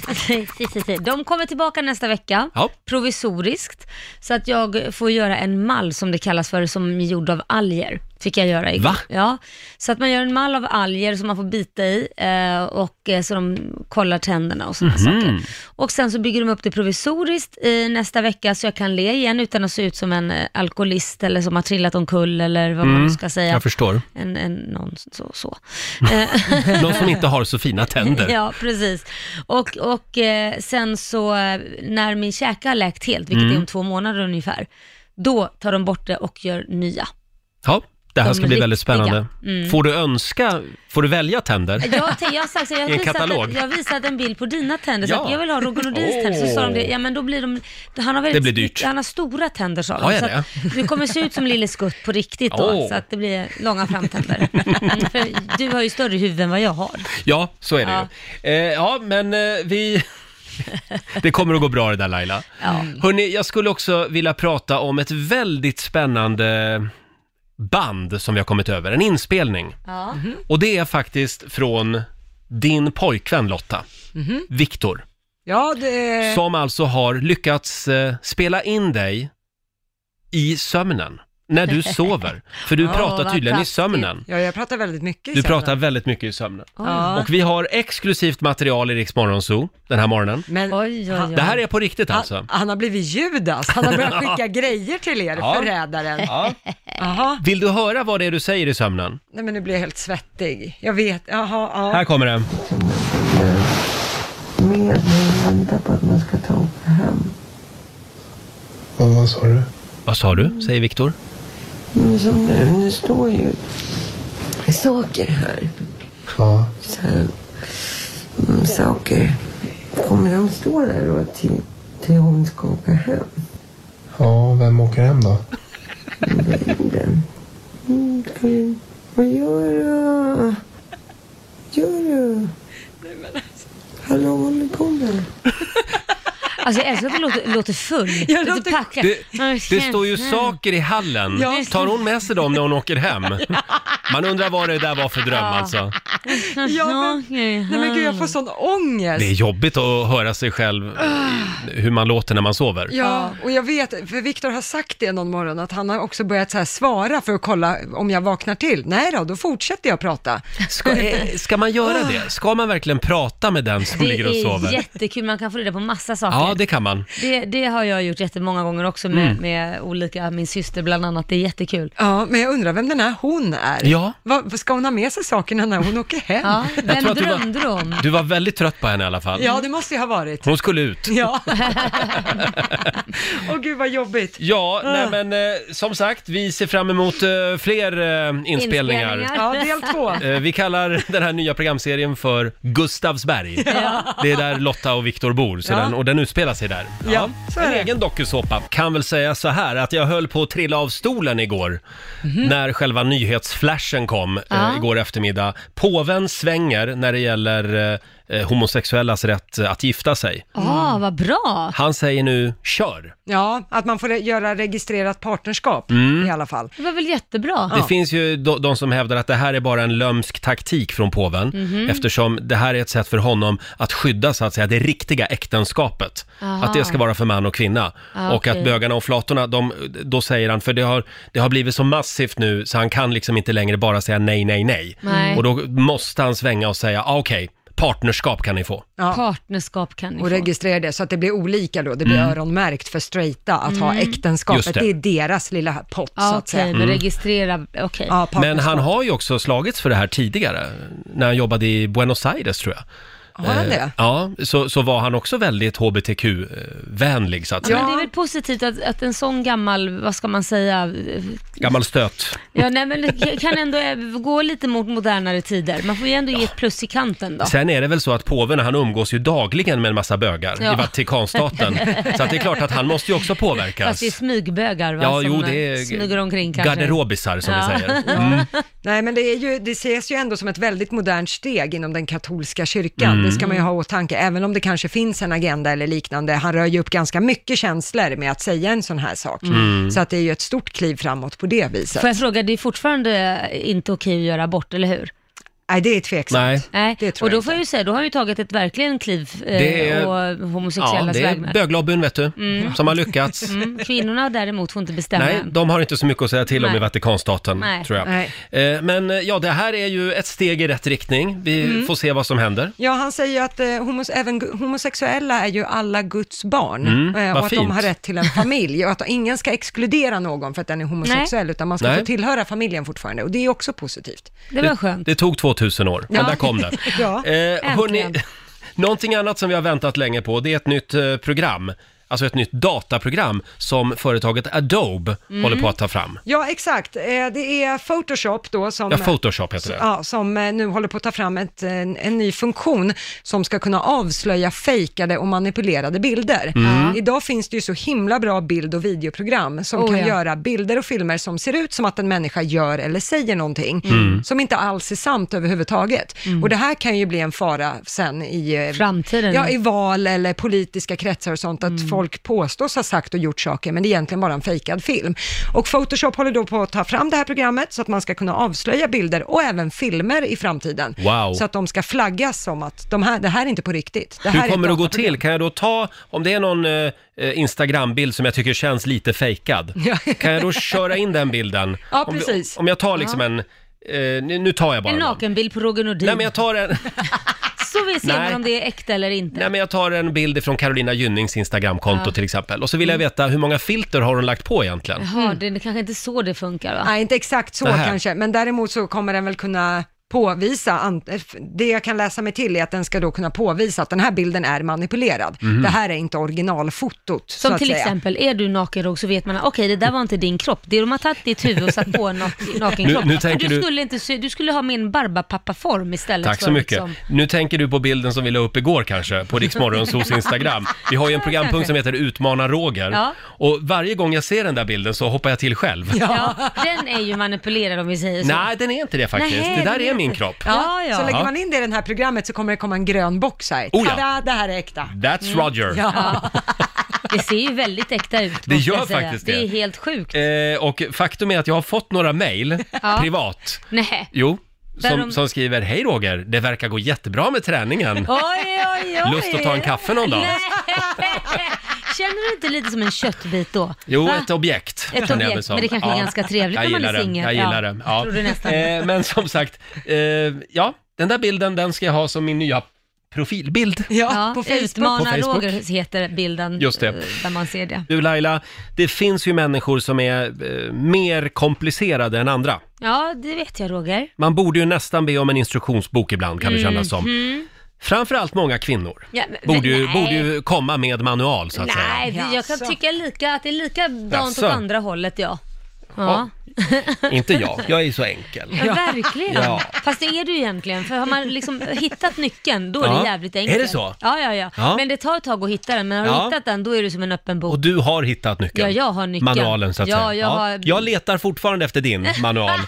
Speaker 1: <laughs>
Speaker 3: hur? De kommer tillbaka nästa vecka,
Speaker 1: Ja.
Speaker 3: provisoriskt. Så att jag får göra en mall, som det kallas för, som är gjord av alger. Fick jag göra igår.
Speaker 1: Va?
Speaker 3: Ja, så att man gör en mall av alger som man får bita i eh, och eh, så de kollar tänderna och
Speaker 1: Mhm.
Speaker 3: sådana
Speaker 1: Mm,
Speaker 3: saker. Och sen så bygger de upp det provisoriskt i nästa vecka så jag kan le igen utan att se ut som en eh, alkoholist eller som har trillat omkull eller vad
Speaker 1: Mm.
Speaker 3: man nu ska säga.
Speaker 1: Jag förstår.
Speaker 3: en, en, någon så. så.
Speaker 1: Någon som inte har så fina tänder.
Speaker 3: <laughs> ja, precis. Och, och eh, sen så eh, när min käke har läkt helt, vilket
Speaker 1: Mm.
Speaker 3: är om två månader ungefär, då tar de bort det och gör nya.
Speaker 1: Ja, det här
Speaker 3: De
Speaker 1: ska bli väldigt
Speaker 3: riktiga. Mm.
Speaker 1: spännande. Får du önska, får du välja tänder?
Speaker 3: Jag, tänk- jag har sagt så, jag
Speaker 1: <laughs>
Speaker 3: har
Speaker 1: I en
Speaker 3: visat,
Speaker 1: katalog.
Speaker 3: jag har visat en bild på dina tänder,
Speaker 1: Ja.
Speaker 3: så att jag vill ha Roger Nordins
Speaker 1: Åh.
Speaker 3: tänder. Så sa de det, ja men då blir de, han har väldigt,
Speaker 1: Det blir dyrt.
Speaker 3: Han har stora tänder sa de.
Speaker 1: Har jag
Speaker 3: så att du kommer se ut som Lille Skutt på riktigt då,
Speaker 1: Åh.
Speaker 3: så att det blir
Speaker 1: <laughs>
Speaker 3: långa framtänder. Mm, för du har ju större huvud än vad jag har.
Speaker 1: Ja, så är det
Speaker 3: Ja.
Speaker 1: ju. Eh, ja, men eh,
Speaker 3: <laughs>
Speaker 1: vi... Det kommer att gå bra det där Laila.
Speaker 3: Ja.
Speaker 1: Hörrni, jag skulle också vilja prata om ett väldigt spännande band som vi har kommit över, en inspelning.
Speaker 3: Ja.
Speaker 1: Och det är faktiskt från din pojkvän Lotta,
Speaker 3: Mhm.
Speaker 1: Viktor,
Speaker 2: Ja, det...
Speaker 1: som alltså har lyckats eh, spela in dig i sömnen, när
Speaker 3: <laughs>
Speaker 1: du sover. För du
Speaker 3: Åh,
Speaker 1: pratar
Speaker 3: vad
Speaker 1: tydligen i
Speaker 3: taskigt.
Speaker 1: sömnen.
Speaker 2: Ja, jag pratar väldigt mycket i
Speaker 1: Du
Speaker 2: sömnen.
Speaker 1: pratar väldigt mycket i sömnen.
Speaker 2: Ja.
Speaker 1: Och vi har exklusivt material i Rix Morgon Zoo den här morgonen.
Speaker 2: Men
Speaker 3: Oj, oj, oj.
Speaker 1: Det här är på riktigt alltså.
Speaker 2: han, han har blivit Judas, han
Speaker 1: <laughs>
Speaker 2: har börjat skicka grejer till er,
Speaker 1: Ja.
Speaker 2: förrädaren.
Speaker 1: Ja.
Speaker 2: Jaha,
Speaker 1: Vill du höra vad det är du säger i sömnen?
Speaker 2: nej men nu blir jag helt svettig. Jag vet, jaha, ja.
Speaker 1: Här kommer det.
Speaker 9: Med när väntar på att man ska ta åka hem.
Speaker 10: Vad sa du?
Speaker 1: Vad sa du? Säger Viktor.
Speaker 9: Men som nu, nu står ju saker här.
Speaker 10: Ja.
Speaker 9: Så här mm, saker. Kommer de stå där då till, till hon ska åka hem?
Speaker 10: Ja, vem åker hem då?
Speaker 9: Bilden. Mm, ska vi- Vad gör du? Gör du? Hallå, vad håller du på med?
Speaker 3: Alltså jag älskar att du låter, låter full.
Speaker 2: Jag
Speaker 3: låter
Speaker 2: låter-
Speaker 3: packad.
Speaker 1: Det,
Speaker 3: Mm.
Speaker 1: det står ju saker i hallen.
Speaker 2: Ja.
Speaker 1: Tar hon med sig dem när hon åker hem? Man undrar vad det där var för dröm alltså.
Speaker 2: Ja, men- Nej men gud, jag får sån ångest.
Speaker 1: Det är jobbigt att höra sig själv i- hur man låter när man sover.
Speaker 2: Ja, och jag vet, för Viktor har sagt det någon morgon, att han har också börjat så här svara för att kolla om jag vaknar till. Nej då, då fortsätter
Speaker 1: <laughs>
Speaker 2: jag prata.
Speaker 1: Ska, eh, ska man göra det? Ska man verkligen prata med den som
Speaker 3: Det
Speaker 1: ligger och
Speaker 3: är
Speaker 1: sover?
Speaker 3: jättekul, man kan få reda på massa saker.
Speaker 1: Ja, Mm. det kan man.
Speaker 3: Det, det har jag gjort jättemånga gånger också med, med olika, min syster bland annat, det är jättekul.
Speaker 2: Ja, men jag undrar vem den här hon är.
Speaker 1: Ja.
Speaker 2: Vad, ska hon ha med sig sakerna när hon åker hem?
Speaker 3: Ja, vem
Speaker 1: tror att du var-
Speaker 3: drömde du
Speaker 2: Mm.
Speaker 3: om?
Speaker 1: Du var väldigt trött på henne i alla fall.
Speaker 2: Ja, det måste ju ha varit.
Speaker 1: Hon skulle ut.
Speaker 2: Ja. Åh gud vad jobbigt.
Speaker 1: Ja,
Speaker 2: Ah.
Speaker 1: nej men eh, som sagt, vi ser fram emot eh, fler eh, inspelningar.
Speaker 3: Inspelningar.
Speaker 2: Ja, del två.
Speaker 1: Eh, vi kallar den här nya programserien för Gustavsberg. Det är där Lotta och Viktor bor, så
Speaker 2: Ja.
Speaker 1: den, och den utspelar sig där.
Speaker 2: Ja, så är
Speaker 1: en
Speaker 2: det.
Speaker 1: egen dokusåpa. Kan väl säga så här att jag höll på att trilla av stolen igår,
Speaker 2: Mhm.
Speaker 1: när själva nyhetsflashen kom eh,
Speaker 3: Ja.
Speaker 1: igår eftermiddag. Påven svänger när det gäller eh, eh, homosexuellas rätt att gifta sig.
Speaker 3: Ah, vad bra!
Speaker 1: Han säger nu, kör!
Speaker 2: Ja, att man får re- göra registrerat partnerskap i alla fall.
Speaker 3: Det var väl jättebra?
Speaker 1: Det finns ju de, de som hävdar att det här är bara en lömsk taktik från påven
Speaker 3: Mhm.
Speaker 1: eftersom det här är ett sätt för honom att skydda så att säga det riktiga äktenskapet.
Speaker 3: Aha.
Speaker 1: Att det ska vara för man och kvinna.
Speaker 3: Ah,
Speaker 1: och
Speaker 3: okej.
Speaker 1: att bögarna och flatorna, de, då säger han, för det har, det har blivit så massivt nu så han kan liksom inte längre bara säga nej, nej, nej.
Speaker 3: Nej.
Speaker 1: Och då måste han svänga och säga, ah, okej, Partnerskap kan ni få.
Speaker 3: Partnerskap kan ni
Speaker 2: Och
Speaker 3: få.
Speaker 2: registrera det så att det blir olika då. Det blir
Speaker 1: Mm.
Speaker 2: öronmärkt för straighta att ha
Speaker 3: Mm.
Speaker 1: Just
Speaker 2: äktenskapet.
Speaker 1: det.
Speaker 2: Det. är deras lilla pott så
Speaker 3: Ja,
Speaker 2: att
Speaker 3: okej,
Speaker 2: säga.
Speaker 3: men
Speaker 1: Mm.
Speaker 3: registrera, okej.
Speaker 2: Ja,
Speaker 1: Men han har ju också slagits för det här tidigare, när han jobbade i Buenos Aires tror jag.
Speaker 3: Har han
Speaker 1: Eh,
Speaker 3: det?
Speaker 1: Ja, så, så var han också väldigt hbtq-vänlig så att
Speaker 3: Ja, men det är
Speaker 1: säga.
Speaker 3: väl positivt att, att en sån gammal, vad ska man säga,
Speaker 1: Gammal stöt.
Speaker 3: ja, nej, men det kan ändå eh, gå lite mot modernare tider. Man får ju ändå ge ett plus i kanten då.
Speaker 1: Sen är det väl så att påven, han umgås ju dagligen med en massa bögar
Speaker 3: Ja.
Speaker 1: i Vatikanstaten. Så att det är klart att han måste ju också
Speaker 3: Fast
Speaker 1: påverkas.
Speaker 3: det är smygbögar va,
Speaker 1: Ja,
Speaker 3: som
Speaker 1: jo,
Speaker 3: eh,
Speaker 1: det är
Speaker 3: smyger omkring kanske.
Speaker 1: Garderobisar som
Speaker 3: <laughs>
Speaker 1: vi säger. Mm,
Speaker 2: Ja. Nej, men det, är ju, det ses ju ändå som ett väldigt modernt steg inom den katolska kyrkan.
Speaker 1: Mm.
Speaker 2: Det ska man ju ha i åtanke, även om det kanske finns en agenda eller liknande. Han rör ju upp ganska mycket känslor med att säga en sån här sak.
Speaker 3: Mm.
Speaker 2: Så att det är ju ett stort kliv framåt på det viset.
Speaker 3: Får jag fråga, det är fortfarande inte okej att göra abort, eller hur?
Speaker 2: Nej, det är tveksamt.
Speaker 1: Nej.
Speaker 3: Nej,
Speaker 1: tror
Speaker 3: och
Speaker 1: jag
Speaker 3: då får jag ju säga, då har han ju tagit ett verkligen kliv eh,
Speaker 1: Det är-
Speaker 3: och
Speaker 1: Ja,
Speaker 3: homosexuellas
Speaker 1: det är
Speaker 3: vägnar.
Speaker 1: böglobbyn vet du,
Speaker 3: Mm.
Speaker 1: som har lyckats.
Speaker 3: Mm, kvinnorna däremot får inte bestämma
Speaker 1: Nej,
Speaker 3: än.
Speaker 1: de har inte så mycket att säga till om
Speaker 3: Nej.
Speaker 1: i Vatikanstaten,
Speaker 3: Nej.
Speaker 1: tror jag.
Speaker 3: Nej.
Speaker 1: Eh, Men eh, ja, det här är ju ett steg i rätt riktning. Vi
Speaker 2: Mm.
Speaker 1: får se vad som händer.
Speaker 2: Ja, han säger ju att eh, homos, även gu- homosexuella är ju alla Guds barn
Speaker 1: Mm,
Speaker 2: eh,
Speaker 1: vad
Speaker 2: och att
Speaker 1: fint.
Speaker 2: de har rätt till en familj och att ingen ska exkludera någon för att den är homosexuell utan man ska
Speaker 1: Nej.
Speaker 2: få tillhöra familjen fortfarande och det är också positivt.
Speaker 1: Det, tog 2000 år, men där kom
Speaker 2: <laughs>
Speaker 1: det.
Speaker 2: ja,
Speaker 1: Eh, hörni, <laughs> någonting annat som vi har väntat länge på, det är ett nytt eh, program. Alltså ett nytt dataprogram som företaget Adobe
Speaker 2: Mm.
Speaker 1: håller på att ta fram.
Speaker 2: Ja, exakt. Eh, Det är Photoshop då som...
Speaker 1: Ja, Photoshop heter det.
Speaker 2: Ja, som eh, nu håller på att ta fram ett, eh, en, en ny funktion som ska kunna avslöja fejkade och manipulerade bilder.
Speaker 4: Mm.
Speaker 2: Idag finns det ju så himla bra bild och videoprogram som
Speaker 4: Oh,
Speaker 2: kan
Speaker 4: ja.
Speaker 2: göra bilder och filmer som ser ut som att en människa gör eller säger någonting
Speaker 4: Mm.
Speaker 2: som inte alls är sant överhuvudtaget.
Speaker 4: Mm.
Speaker 2: Och det här kan ju bli en fara sen i... eh,
Speaker 3: Framtiden.
Speaker 2: Ja, i val eller politiska kretsar och sånt,
Speaker 3: Mm.
Speaker 2: att folk påstås ha sagt och gjort saker, men det är egentligen bara en fejkad film. Och Photoshop håller då på att ta fram det här programmet så att man ska kunna avslöja bilder och även filmer i framtiden.
Speaker 1: Wow.
Speaker 2: Så att de ska flaggas som att de här, det här är inte på riktigt. Det här är
Speaker 1: Hur
Speaker 2: ett
Speaker 1: kommer det att gå
Speaker 2: dataprogram.
Speaker 1: till? Kan jag då ta, om det är någon eh, eh, Instagram-bild som jag tycker känns lite
Speaker 2: <laughs>
Speaker 1: fejkad, kan jag då köra in den bilden?
Speaker 3: Ja,
Speaker 1: Om vi-
Speaker 3: precis.
Speaker 1: Om jag tar liksom
Speaker 3: Ja.
Speaker 1: en, eh, nu nu tar jag bara
Speaker 3: En
Speaker 1: någon.
Speaker 3: nakenbild på Roger Nordin.
Speaker 1: Nej men jag tar en,
Speaker 3: Så vi ser
Speaker 1: Nej.
Speaker 3: man om det är äkta eller inte.
Speaker 1: nej, men jag tar en bild från Carolina Gynnings Instagramkonto
Speaker 3: Ja. Mm.
Speaker 1: till exempel. Och så vill jag veta hur många filter har hon lagt på egentligen?
Speaker 3: Jaha, det, det kanske inte är så det funkar va?
Speaker 2: Nej, inte exakt så
Speaker 1: Det här.
Speaker 2: kanske, men däremot så kommer den väl kunna påvisa, an- det jag kan läsa mig till är att den ska då kunna påvisa att den här bilden är manipulerad.
Speaker 3: Mhm.
Speaker 2: Det här är inte originalfotot. så
Speaker 3: Som
Speaker 2: att
Speaker 3: till
Speaker 2: säga.
Speaker 3: exempel, är du naken Roger, så vet man okej det där var inte din kropp. Det är de har tagit ditt huvud och satt på en
Speaker 1: <laughs>
Speaker 3: nak- naken
Speaker 1: Nu-
Speaker 3: kropp.
Speaker 1: nu tänker
Speaker 3: du,
Speaker 1: du-
Speaker 3: skulle inte se, du skulle ha min barbapappa-form istället.
Speaker 1: Tack så
Speaker 3: för
Speaker 1: mycket.
Speaker 3: liksom-
Speaker 1: Nu tänker du på bilden som vi la upp igår kanske, på
Speaker 3: <laughs>
Speaker 1: Riksmorgonsos Instagram. Vi har ju en programpunkt som heter Utmana Roger.
Speaker 3: Ja.
Speaker 1: Och varje gång jag ser den där bilden så hoppar jag till själv.
Speaker 3: Ja. den är ju manipulerad om vi säger så.
Speaker 1: Nej, den är inte det faktiskt.
Speaker 3: Nej,
Speaker 1: det där
Speaker 3: den
Speaker 1: är
Speaker 3: är
Speaker 1: min
Speaker 3: inte-
Speaker 1: kropp.
Speaker 3: Ja, ja.
Speaker 2: Så lägger
Speaker 1: Ja.
Speaker 2: man in det i det här programmet så kommer det komma en grön box här.
Speaker 1: Oh ja.
Speaker 2: Tada, det här är äkta.
Speaker 1: That's Roger.
Speaker 3: Mm. Ja. Det ser ju väldigt äkta ut.
Speaker 1: Det
Speaker 3: måste
Speaker 1: gör
Speaker 3: jag säga.
Speaker 1: faktiskt
Speaker 3: Det
Speaker 1: det.
Speaker 3: är helt sjukt.
Speaker 1: Eh, och faktum är att jag har fått några mejl
Speaker 3: Ja.
Speaker 1: privat.
Speaker 3: Nej.
Speaker 1: Jo,
Speaker 3: Där
Speaker 1: som,
Speaker 3: de-
Speaker 1: som skriver Hej Roger, det verkar gå jättebra med
Speaker 3: <laughs>
Speaker 1: träningen. <laughs>
Speaker 3: Oj, oj, oj.
Speaker 1: Lust att ta en kaffe någon dag?
Speaker 3: Nej. <laughs> Känner du inte lite som en köttbit då?
Speaker 1: Jo,
Speaker 3: Va?
Speaker 1: ett objekt. känner
Speaker 3: Ett
Speaker 1: jag mig
Speaker 3: objekt,
Speaker 1: som.
Speaker 3: men det kanske är ganska trevligt
Speaker 1: jag
Speaker 3: när man är
Speaker 1: gillar det.
Speaker 3: singel.
Speaker 1: Jag gillar
Speaker 3: Ja,
Speaker 1: det. Ja.
Speaker 3: trodde nästan.
Speaker 1: Eh, men som sagt, eh, ja, den där bilden den ska jag ha som min nya profilbild.
Speaker 3: Ja, Utmana
Speaker 1: På Facebook.
Speaker 3: Roger heter bilden
Speaker 1: Just det.
Speaker 3: eh, där man ser det.
Speaker 1: Du Laila, det finns ju människor som är eh, mer komplicerade än andra.
Speaker 3: Ja, det vet jag Roger.
Speaker 1: Man borde ju nästan be om en instruktionsbok ibland kan det kännas som.
Speaker 3: Mhm.
Speaker 1: Framförallt många kvinnor.
Speaker 3: Ja, men-
Speaker 1: Borde ju,
Speaker 3: nej.
Speaker 1: borde ju komma med manual så att säga.
Speaker 3: Nej, det- jag kan tycka lika, att det är likadant
Speaker 1: Alltså. Jaså.
Speaker 3: åt andra hållet ja. Ja,
Speaker 1: Inte jag, jag är så
Speaker 3: <laughs>
Speaker 1: enkel.
Speaker 3: ja. verkligen.
Speaker 1: Ja.
Speaker 3: Fast det är du egentligen, för har man liksom hittat nyckeln, då är
Speaker 1: Ja.
Speaker 3: det jävligt
Speaker 1: Är
Speaker 3: enkelt.
Speaker 1: det så?
Speaker 3: Ja, ja, ja,
Speaker 1: Ja.
Speaker 3: Men det tar ett tag att hitta den, men har du
Speaker 1: Ja.
Speaker 3: hittat den, då är du som en öppen bok.
Speaker 1: Och du har hittat nyckeln.
Speaker 3: Ja, jag har nyckeln.
Speaker 1: Manualen så att
Speaker 3: Ja,
Speaker 1: säga.
Speaker 3: jag har-
Speaker 1: jag letar fortfarande efter din
Speaker 3: <laughs>
Speaker 1: manual.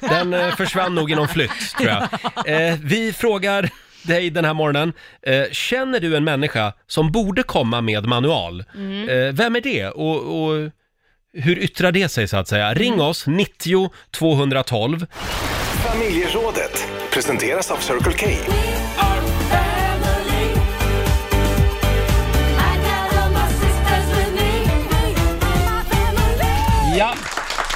Speaker 1: Den eh, försvann nog i någon flytt, tror jag. Eh, vi frågar dig den här morgonen. Eh, känner du en människa som borde komma med manual?
Speaker 4: Mm.
Speaker 1: Eh, vem är det? Och, och hur yttrar det sig så att säga?
Speaker 3: Mm.
Speaker 1: Ring oss, 90 212.
Speaker 11: Familjerådet presenteras av Circle K.
Speaker 1: Ja,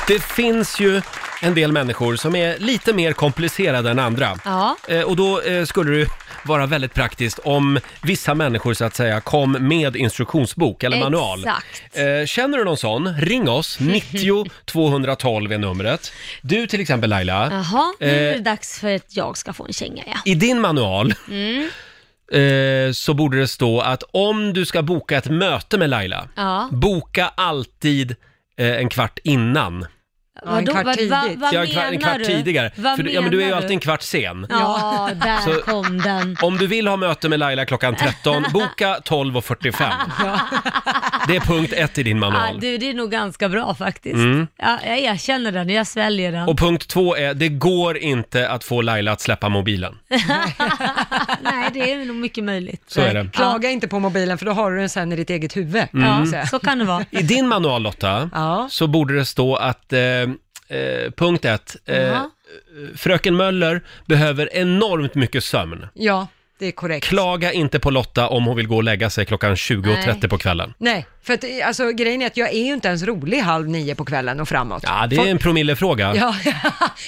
Speaker 1: det finns ju en del människor som är lite mer komplicerade än andra.
Speaker 3: Ja.
Speaker 1: Eh, Och då eh, skulle det ju vara väldigt praktiskt om vissa människor så att säga kom med instruktionsbok eller manual.
Speaker 3: Exakt.
Speaker 1: Eh, Känner du någon sån? Ring
Speaker 3: <laughs>
Speaker 1: oss, 90 212 är numret. Du till exempel Laila,
Speaker 3: Jaha, nu är det
Speaker 1: Eh.
Speaker 3: dags för att jag ska få en känga ja.
Speaker 1: i din manual
Speaker 3: Mm.
Speaker 1: eh, så borde det stå att om du ska boka ett möte med Laila,
Speaker 3: Ja.
Speaker 1: boka alltid eh, en kvart innan.
Speaker 3: Vadå? en kvart tidigt. Vad, vad
Speaker 1: Ja, en kvart, en
Speaker 3: menar
Speaker 1: kvart
Speaker 3: du?
Speaker 1: tidigare.
Speaker 3: Vad
Speaker 1: För, du- ja, men du är ju
Speaker 3: menar
Speaker 1: alltid en kvart sen.
Speaker 3: Ja, där
Speaker 1: Så-
Speaker 3: kom den.
Speaker 1: Om du vill ha möte med Laila
Speaker 2: <laughs>
Speaker 1: klockan 13, boka 12.45. Det är punkt ett i din
Speaker 3: Ja,
Speaker 1: manual.
Speaker 3: du, det är nog ganska bra faktiskt.
Speaker 1: Mm.
Speaker 3: Ja, jag erkänner den, jag sväljer den.
Speaker 1: Och punkt två är, det går inte att få Laila att släppa mobilen.
Speaker 3: Nej, det är nog mycket möjligt.
Speaker 1: Så är det.
Speaker 2: Klaga inte på mobilen för då har du den sen i ditt eget huvud.
Speaker 1: Mm.
Speaker 2: kan man säga.
Speaker 3: Så kan det vara.
Speaker 1: I din manual Lotta, så borde det stå att eh, eh, punkt ett, eh,
Speaker 2: Ja.
Speaker 1: fröken Möller behöver enormt mycket sömn.
Speaker 2: Ja, det är korrekt.
Speaker 1: Klaga inte på Lotta om hon vill gå och lägga sig klockan 20.30
Speaker 2: Nej.
Speaker 1: på kvällen.
Speaker 2: Nej, för att, eh, alltså, grejen är att jag är ju inte ens rolig halv nio på kvällen och framåt.
Speaker 1: Ja, det är en promillefråga.
Speaker 2: <laughs> Ja,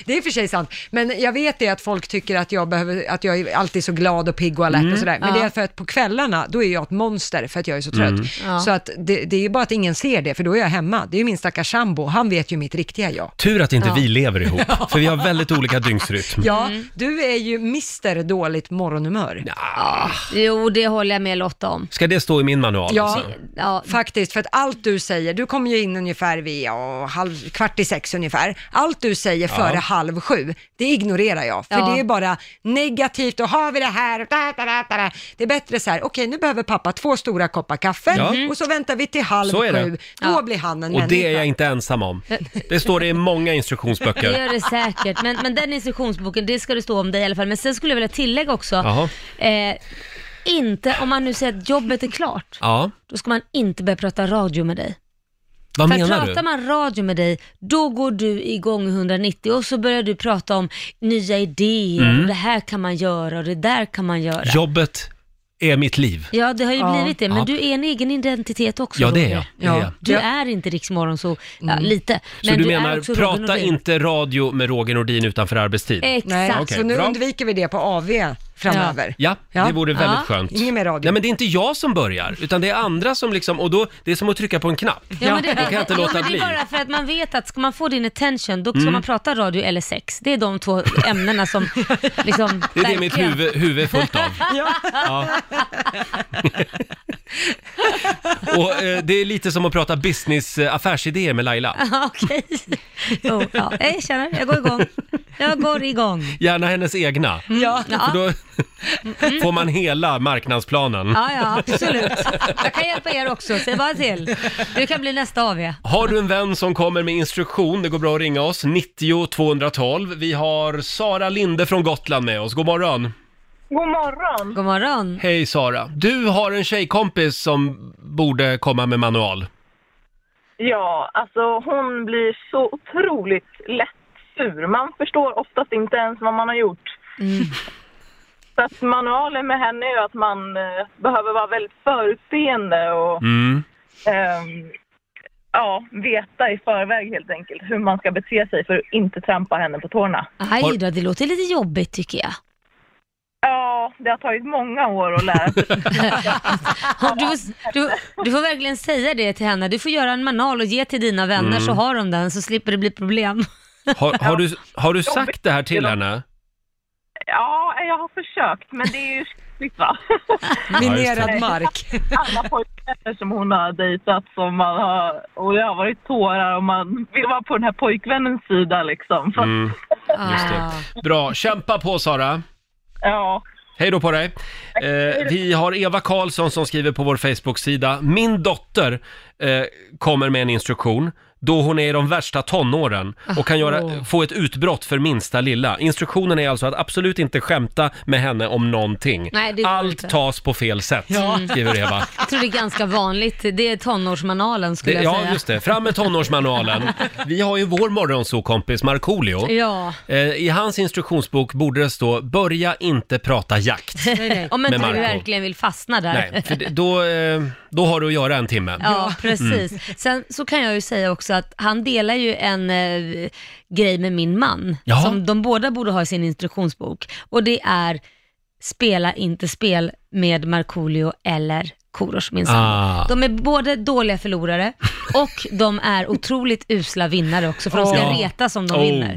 Speaker 2: det är i och för sig sant. Men jag vet det att folk tycker att jag, behöver, att jag är alltid så glad och pigg och alert
Speaker 1: Mm.
Speaker 2: och sådär. Men
Speaker 3: Ja.
Speaker 2: det är för att på kvällarna, då är jag ett monster för att jag är så trött.
Speaker 3: Mm. Ja.
Speaker 2: Så att det, det är ju bara att ingen ser det, för då är jag hemma. Det är ju min stackars sambo, han vet ju mitt riktiga jag.
Speaker 1: Tur att inte
Speaker 2: Ja.
Speaker 1: vi lever ihop,
Speaker 2: <laughs>
Speaker 1: för vi har väldigt olika dygnsrytm.
Speaker 2: Ja, du är ju mister dåligt morgonhumör.
Speaker 3: Jo, det håller jag med Lotta om.
Speaker 1: Ska det stå i min manual?
Speaker 2: Ja,
Speaker 1: Alltså?
Speaker 2: faktiskt. För att allt du säger, du kommer ju in ungefär vid ja, halv, kvart i sex ungefär. Allt du säger
Speaker 1: Ja.
Speaker 2: före halv sju, det ignorerar jag. För
Speaker 3: Ja.
Speaker 2: det är bara negativt och har vi det här, och da, da, da, da, da. det är bättre så här, okej nu behöver pappa två stora koppar kaffe
Speaker 1: Ja.
Speaker 2: och så väntar vi till halv
Speaker 1: Så är det.
Speaker 2: sju. Då blir han en
Speaker 1: Och det är
Speaker 2: människa.
Speaker 1: jag inte ensam om. Det står det i många
Speaker 3: <laughs>
Speaker 1: instruktionsböcker.
Speaker 3: Det gör det säkert, men, men den instruktionsboken, det ska det stå om dig i alla fall. Men sen skulle jag vilja tillägga också,
Speaker 1: Jaha.
Speaker 3: eh, inte, om man nu säger att jobbet är klart,
Speaker 1: Ja,
Speaker 3: då ska man inte börja prata radio med dig.
Speaker 1: vad
Speaker 3: För
Speaker 1: menar
Speaker 3: pratar
Speaker 1: du?
Speaker 3: man radio med dig, då går du igång 190 och så börjar du prata om nya idéer,
Speaker 1: Mm.
Speaker 3: och det här kan man göra och det där kan man göra.
Speaker 1: Jobbet är mitt liv.
Speaker 3: Ja, det har ju
Speaker 1: Ja.
Speaker 3: blivit det, men
Speaker 1: Ja.
Speaker 3: du är en egen identitet också.
Speaker 1: Ja, det är
Speaker 3: Roger.
Speaker 1: jag. Det är jag.
Speaker 3: Du
Speaker 1: Ja. Mm.
Speaker 3: är inte Riksmorgon så, ja, lite.
Speaker 1: Så du,
Speaker 3: är också
Speaker 1: menar,
Speaker 3: Roger
Speaker 1: prata
Speaker 3: Nordin.
Speaker 1: inte radio med Roger Nordin utanför arbetstid?
Speaker 2: Nej,
Speaker 1: Okej,
Speaker 2: så nu
Speaker 1: bra.
Speaker 2: undviker vi det på AV framöver.
Speaker 1: Ja, det vore väldigt skönt.
Speaker 2: Ingen mer radio.
Speaker 1: Nej, men det är inte jag som börjar, utan det är andra som liksom, och då, det är som att trycka på en knapp.
Speaker 3: <laughs> Ja, men det,
Speaker 1: Då kan jag inte
Speaker 3: jo,
Speaker 1: låta
Speaker 3: men det
Speaker 1: bli.
Speaker 3: är bara för att man vet att ska man få din attention, då ska
Speaker 1: Mm.
Speaker 3: man prata radio eller sex. Det är de två
Speaker 1: <laughs>
Speaker 3: ämnena som liksom...
Speaker 1: Det är det mitt huvud, huvud är fullt av. Ja. och eh, det är lite som att prata business eh, affärsidéer med Laila.
Speaker 3: <laughs> Ja, Okej. Jo, ja. Jag känner, jag går igång. Jag går igång. Mm.
Speaker 1: Gärna hennes egna.
Speaker 3: Ja.
Speaker 1: För då får man hela marknadsplanen.
Speaker 3: Ja, ja, absolut. Jag kan hjälpa er också, säg bara till. Du kan bli nästa AV.
Speaker 1: Har du en vän som kommer med instruktion, det går bra att ringa oss, 90 212. Vi har Sara Linde från Gotland med oss. God morgon!
Speaker 12: God morgon.
Speaker 3: God morgon.
Speaker 1: Hej Sara! Du har en tjejkompis som borde komma med manual.
Speaker 12: Ja, alltså hon blir så otroligt lätt sur. Man förstår oftast inte ens vad man har gjort. <laughs> Så att manualen med henne är ju att man eh, behöver vara väldigt förutseende och
Speaker 1: Mm.
Speaker 12: ehm, ja, veta i förväg helt enkelt hur man ska bete sig för att inte trampa henne på tårna.
Speaker 3: Aj då, det låter lite jobbigt tycker jag.
Speaker 12: Ja, det har tagit många år att lära sig.
Speaker 3: Du, du, du får verkligen säga det till henne. Du får göra en manual och ge till dina vänner
Speaker 1: Mm.
Speaker 3: så har de den så slipper det bli problem.
Speaker 1: Har, har, du, har du sagt det här till henne?
Speaker 12: Ja, jag har försökt, men det är ju skrivet va?
Speaker 2: Minerad mark.
Speaker 12: Alla pojkvänner som hon har dejtat som man har, och det har varit tårar och man vill vara på den här pojkvännens sida liksom. Så,
Speaker 1: Mm. Just det. Bra, kämpa på Sara!
Speaker 12: Ja.
Speaker 1: Hej då på dig! Eh, vi har Eva Karlsson som skriver på vår Facebook-sida. Min dotter eh, kommer med en instruktion då hon är i de värsta tonåren och kan göra, få ett utbrott för minsta lilla. Instruktionen är alltså att absolut inte skämta med henne om någonting.
Speaker 3: Nej, det går inte.
Speaker 1: Allt tas på fel sätt, skriver Eva.
Speaker 3: Jag tror det är ganska vanligt. Det är tonårsmanalen skulle
Speaker 1: Det,
Speaker 3: jag
Speaker 1: ja,
Speaker 3: säga.
Speaker 1: just det. Fram med tonårsmanualen. Vi har ju vår morgonsokompis Markoolio.
Speaker 3: Ja.
Speaker 1: Eh, I hans instruktionsbok borde det stå “Börja inte prata jakt”.
Speaker 3: Om
Speaker 1: Med
Speaker 3: inte du
Speaker 1: Marco.
Speaker 3: verkligen vill fastna där.
Speaker 1: Nej, för det- då, eh, då har du att göra en timme.
Speaker 3: Ja, precis.
Speaker 1: Mm.
Speaker 3: Sen så kan jag ju säga också att han delar ju en eh, grej med min man,
Speaker 1: Jaha.
Speaker 3: som de båda borde ha i sin instruktionsbok. Och det är spela inte spel med Markoolio eller Korosh, min sambo.
Speaker 1: Ah.
Speaker 3: De är både
Speaker 1: <laughs>
Speaker 3: dåliga förlorare och de är otroligt usla vinnare också, för de ska
Speaker 1: Ja.
Speaker 3: retas om de
Speaker 1: Oh.
Speaker 3: vinner.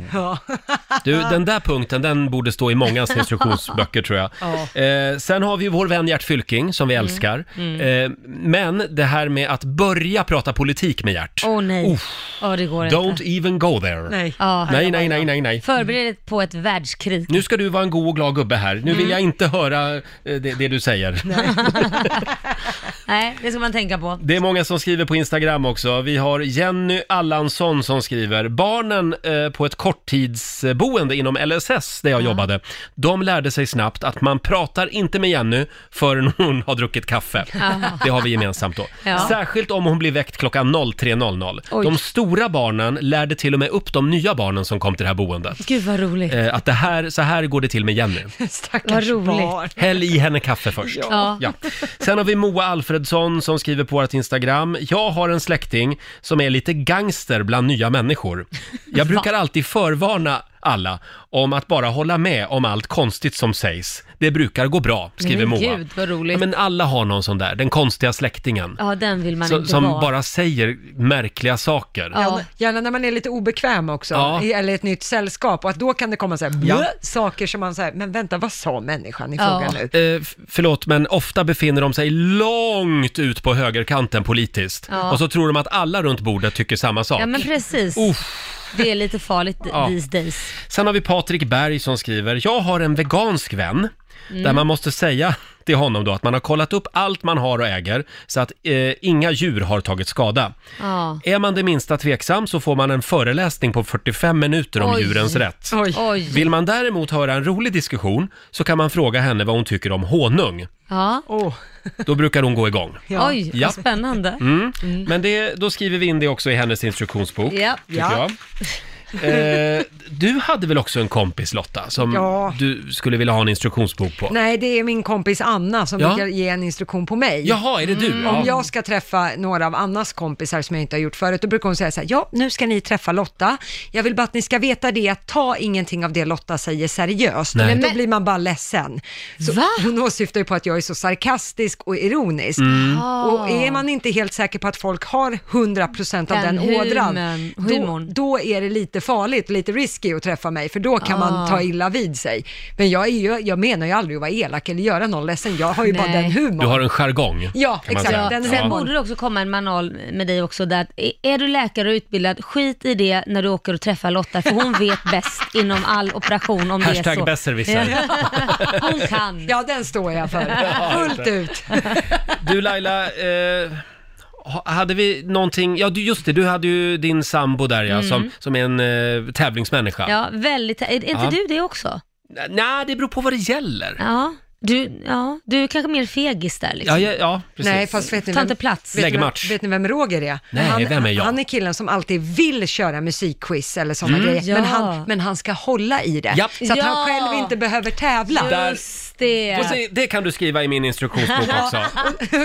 Speaker 1: Du, den där punkten, den borde stå i
Speaker 3: <laughs>
Speaker 1: många instruktionsböcker tror jag.
Speaker 3: Ja.
Speaker 1: Eh, sen har vi ju vår vän Gert Fylking, som vi
Speaker 3: Mm.
Speaker 1: älskar.
Speaker 3: Mm.
Speaker 1: Eh, men det här med att börja prata politik med Gert.
Speaker 3: Åh oh, nej,
Speaker 1: Uff.
Speaker 3: Ja, det går
Speaker 1: Don't
Speaker 3: inte.
Speaker 1: even go there.
Speaker 3: Ja.
Speaker 1: Nej, nej, nej, nej, nej.
Speaker 3: Förbered dig på ett världskrig.
Speaker 1: Nu ska du vara en god och glad gubbe här. Nu vill
Speaker 3: Mm.
Speaker 1: jag inte höra eh, det, det du säger.
Speaker 3: Nej, det ska man tänka på.
Speaker 1: Det är många som skriver på Instagram också. Vi har Jenny Allansson som skriver. Barnen eh, på ett korttidsboende inom LSS där jag
Speaker 4: Mm.
Speaker 1: jobbade, de lärde sig snabbt att man pratar inte med Jenny förrän hon har druckit kaffe.
Speaker 4: Ja.
Speaker 1: Det har vi gemensamt då.
Speaker 4: Ja.
Speaker 1: Särskilt om hon blir väckt klockan 03.00.
Speaker 3: Oj.
Speaker 1: De stora barnen lärde till och med upp de nya barnen som kom till det här boendet.
Speaker 3: Gud vad roligt.
Speaker 1: Eh, att det här, så här går det till med Jenny.
Speaker 3: Vad roligt.
Speaker 1: Häll i henne kaffe först.
Speaker 3: Ja.
Speaker 1: Sen har vi Moa Alfredsson som skriver på vårt Instagram. Jag har en släkting som är lite gangster bland nya människor. Jag brukar alltid förvarna alla om att bara hålla med om allt konstigt som sägs. Det brukar gå bra, skriver
Speaker 3: Men
Speaker 1: Moa.
Speaker 3: Gud vad roligt.
Speaker 1: Ja, men alla har någon sån där, den konstiga släktingen.
Speaker 3: Ja, den vill man
Speaker 1: som
Speaker 3: inte
Speaker 1: som
Speaker 3: vara.
Speaker 1: bara säger märkliga saker.
Speaker 2: Gärna, gärna när man är lite obekväm också,
Speaker 1: Ja.
Speaker 2: i- eller ett nytt sällskap, och att då kan det komma så här,
Speaker 1: Ja.
Speaker 2: "Bö", saker som man säger, men vänta, vad sa människan i frågan nu?
Speaker 1: Eh, f- förlåt, men ofta befinner de sig långt ut på högerkanten politiskt.
Speaker 3: Ja.
Speaker 1: Och så tror de att alla runt bordet tycker samma sak.
Speaker 3: Ja men precis. Det är lite farligt
Speaker 1: Ja.
Speaker 3: these days.
Speaker 1: Sen har vi Patrik Berg som skriver, jag har en vegansk vän
Speaker 3: Mm.
Speaker 1: där man måste säga <laughs> till honom då att man har kollat upp allt man har och äger så att eh, inga djur har tagit skada.
Speaker 3: Ja.
Speaker 1: Är man det minsta tveksam så får man en föreläsning på 45 minuter om
Speaker 3: Oj.
Speaker 1: djurens rätt.
Speaker 3: Oj. Oj.
Speaker 1: Vill man däremot höra en rolig diskussion så kan man fråga henne vad hon tycker om honung.
Speaker 3: Ja.
Speaker 1: Då brukar hon gå igång.
Speaker 3: Oj,
Speaker 1: Ja.
Speaker 3: vad spännande.
Speaker 1: Mm. Men det, då skriver vi in det också i hennes instruktionsbok,
Speaker 3: Ja.
Speaker 1: tycker
Speaker 3: Ja.
Speaker 1: jag. Eh, du hade väl också en kompis Lotta, som
Speaker 2: Ja.
Speaker 1: du skulle vilja ha en instruktionsbok på?
Speaker 2: Nej, det är min kompis Anna som
Speaker 1: Ja.
Speaker 2: brukar ge en instruktion på mig.
Speaker 1: Jaha, är det du? Ja.
Speaker 2: Mm, Om jag ska träffa några av Annas kompisar som jag inte har gjort förut, då brukar hon säga så här, ja, nu ska ni träffa Lotta. Jag vill bara att ni ska veta det, att ta ingenting av det Lotta säger seriöst,
Speaker 4: Nej.
Speaker 2: då
Speaker 4: Men-
Speaker 2: blir man bara ledsen. Så hon åsyftar ju på att jag är så sarkastisk och ironisk.
Speaker 4: Mm.
Speaker 3: Ah.
Speaker 2: Och är man inte helt säker på att folk har 100% av den,
Speaker 3: Den
Speaker 2: ådran,
Speaker 3: humorn-
Speaker 2: då,
Speaker 3: humorn.
Speaker 2: då är det lite farligt, lite risky att träffa mig, för då kan
Speaker 3: Ah.
Speaker 2: man ta illa vid sig. Men jag, är ju, jag menar ju aldrig att vara elak eller göra någon ledsen, jag har ju bara
Speaker 3: Nej.
Speaker 2: den humorn.
Speaker 1: Du har en jargong.
Speaker 2: Ja,
Speaker 1: kan man
Speaker 2: exakt.
Speaker 1: säga.
Speaker 2: Den
Speaker 1: Ja.
Speaker 2: är
Speaker 3: Sen
Speaker 2: Ja.
Speaker 3: borde det också komma en manual med dig också där att är- är du läkare och utbildad, skit i det när du åker och träffar Lotta för hon
Speaker 1: <laughs>
Speaker 3: vet bäst inom all operation om det är
Speaker 1: Hashtag
Speaker 3: så.
Speaker 1: besserwisser.
Speaker 3: <laughs> Hon kan.
Speaker 2: Ja, den står
Speaker 1: <laughs>
Speaker 2: jag för. Fullt ut.
Speaker 1: Du Laila, eh, ha- hade vi någonting, ja du- just det, du hade ju din sambo där ja,
Speaker 3: Mm.
Speaker 1: som, som är en eh, tävlingsmänniska.
Speaker 3: Ja, väldigt. Är är inte
Speaker 1: Ja.
Speaker 3: du det också?
Speaker 1: Nej, det beror på vad det gäller.
Speaker 3: Ja, du, ja, du är kanske mer fegis där liksom.
Speaker 1: Ja, ja, ja, precis.
Speaker 2: Nej, fast vet ni
Speaker 3: Ta
Speaker 2: vem,
Speaker 3: inte plats.
Speaker 2: Vet ni,
Speaker 1: Lägg
Speaker 2: vem-
Speaker 1: match.
Speaker 2: vet ni vem Roger är?
Speaker 1: Nej,
Speaker 2: han,
Speaker 1: vem är jag?
Speaker 2: Han är killen som alltid vill köra musikquiz eller sådana
Speaker 1: Mm.
Speaker 2: grejer, men,
Speaker 1: Ja.
Speaker 2: han, men han ska hålla i det.
Speaker 1: Japp.
Speaker 2: Så att han
Speaker 3: Ja.
Speaker 2: själv inte behöver tävla.
Speaker 1: Där-
Speaker 3: det.
Speaker 1: Och se, det kan du skriva i min
Speaker 2: <laughs>
Speaker 1: instruktionsbok också.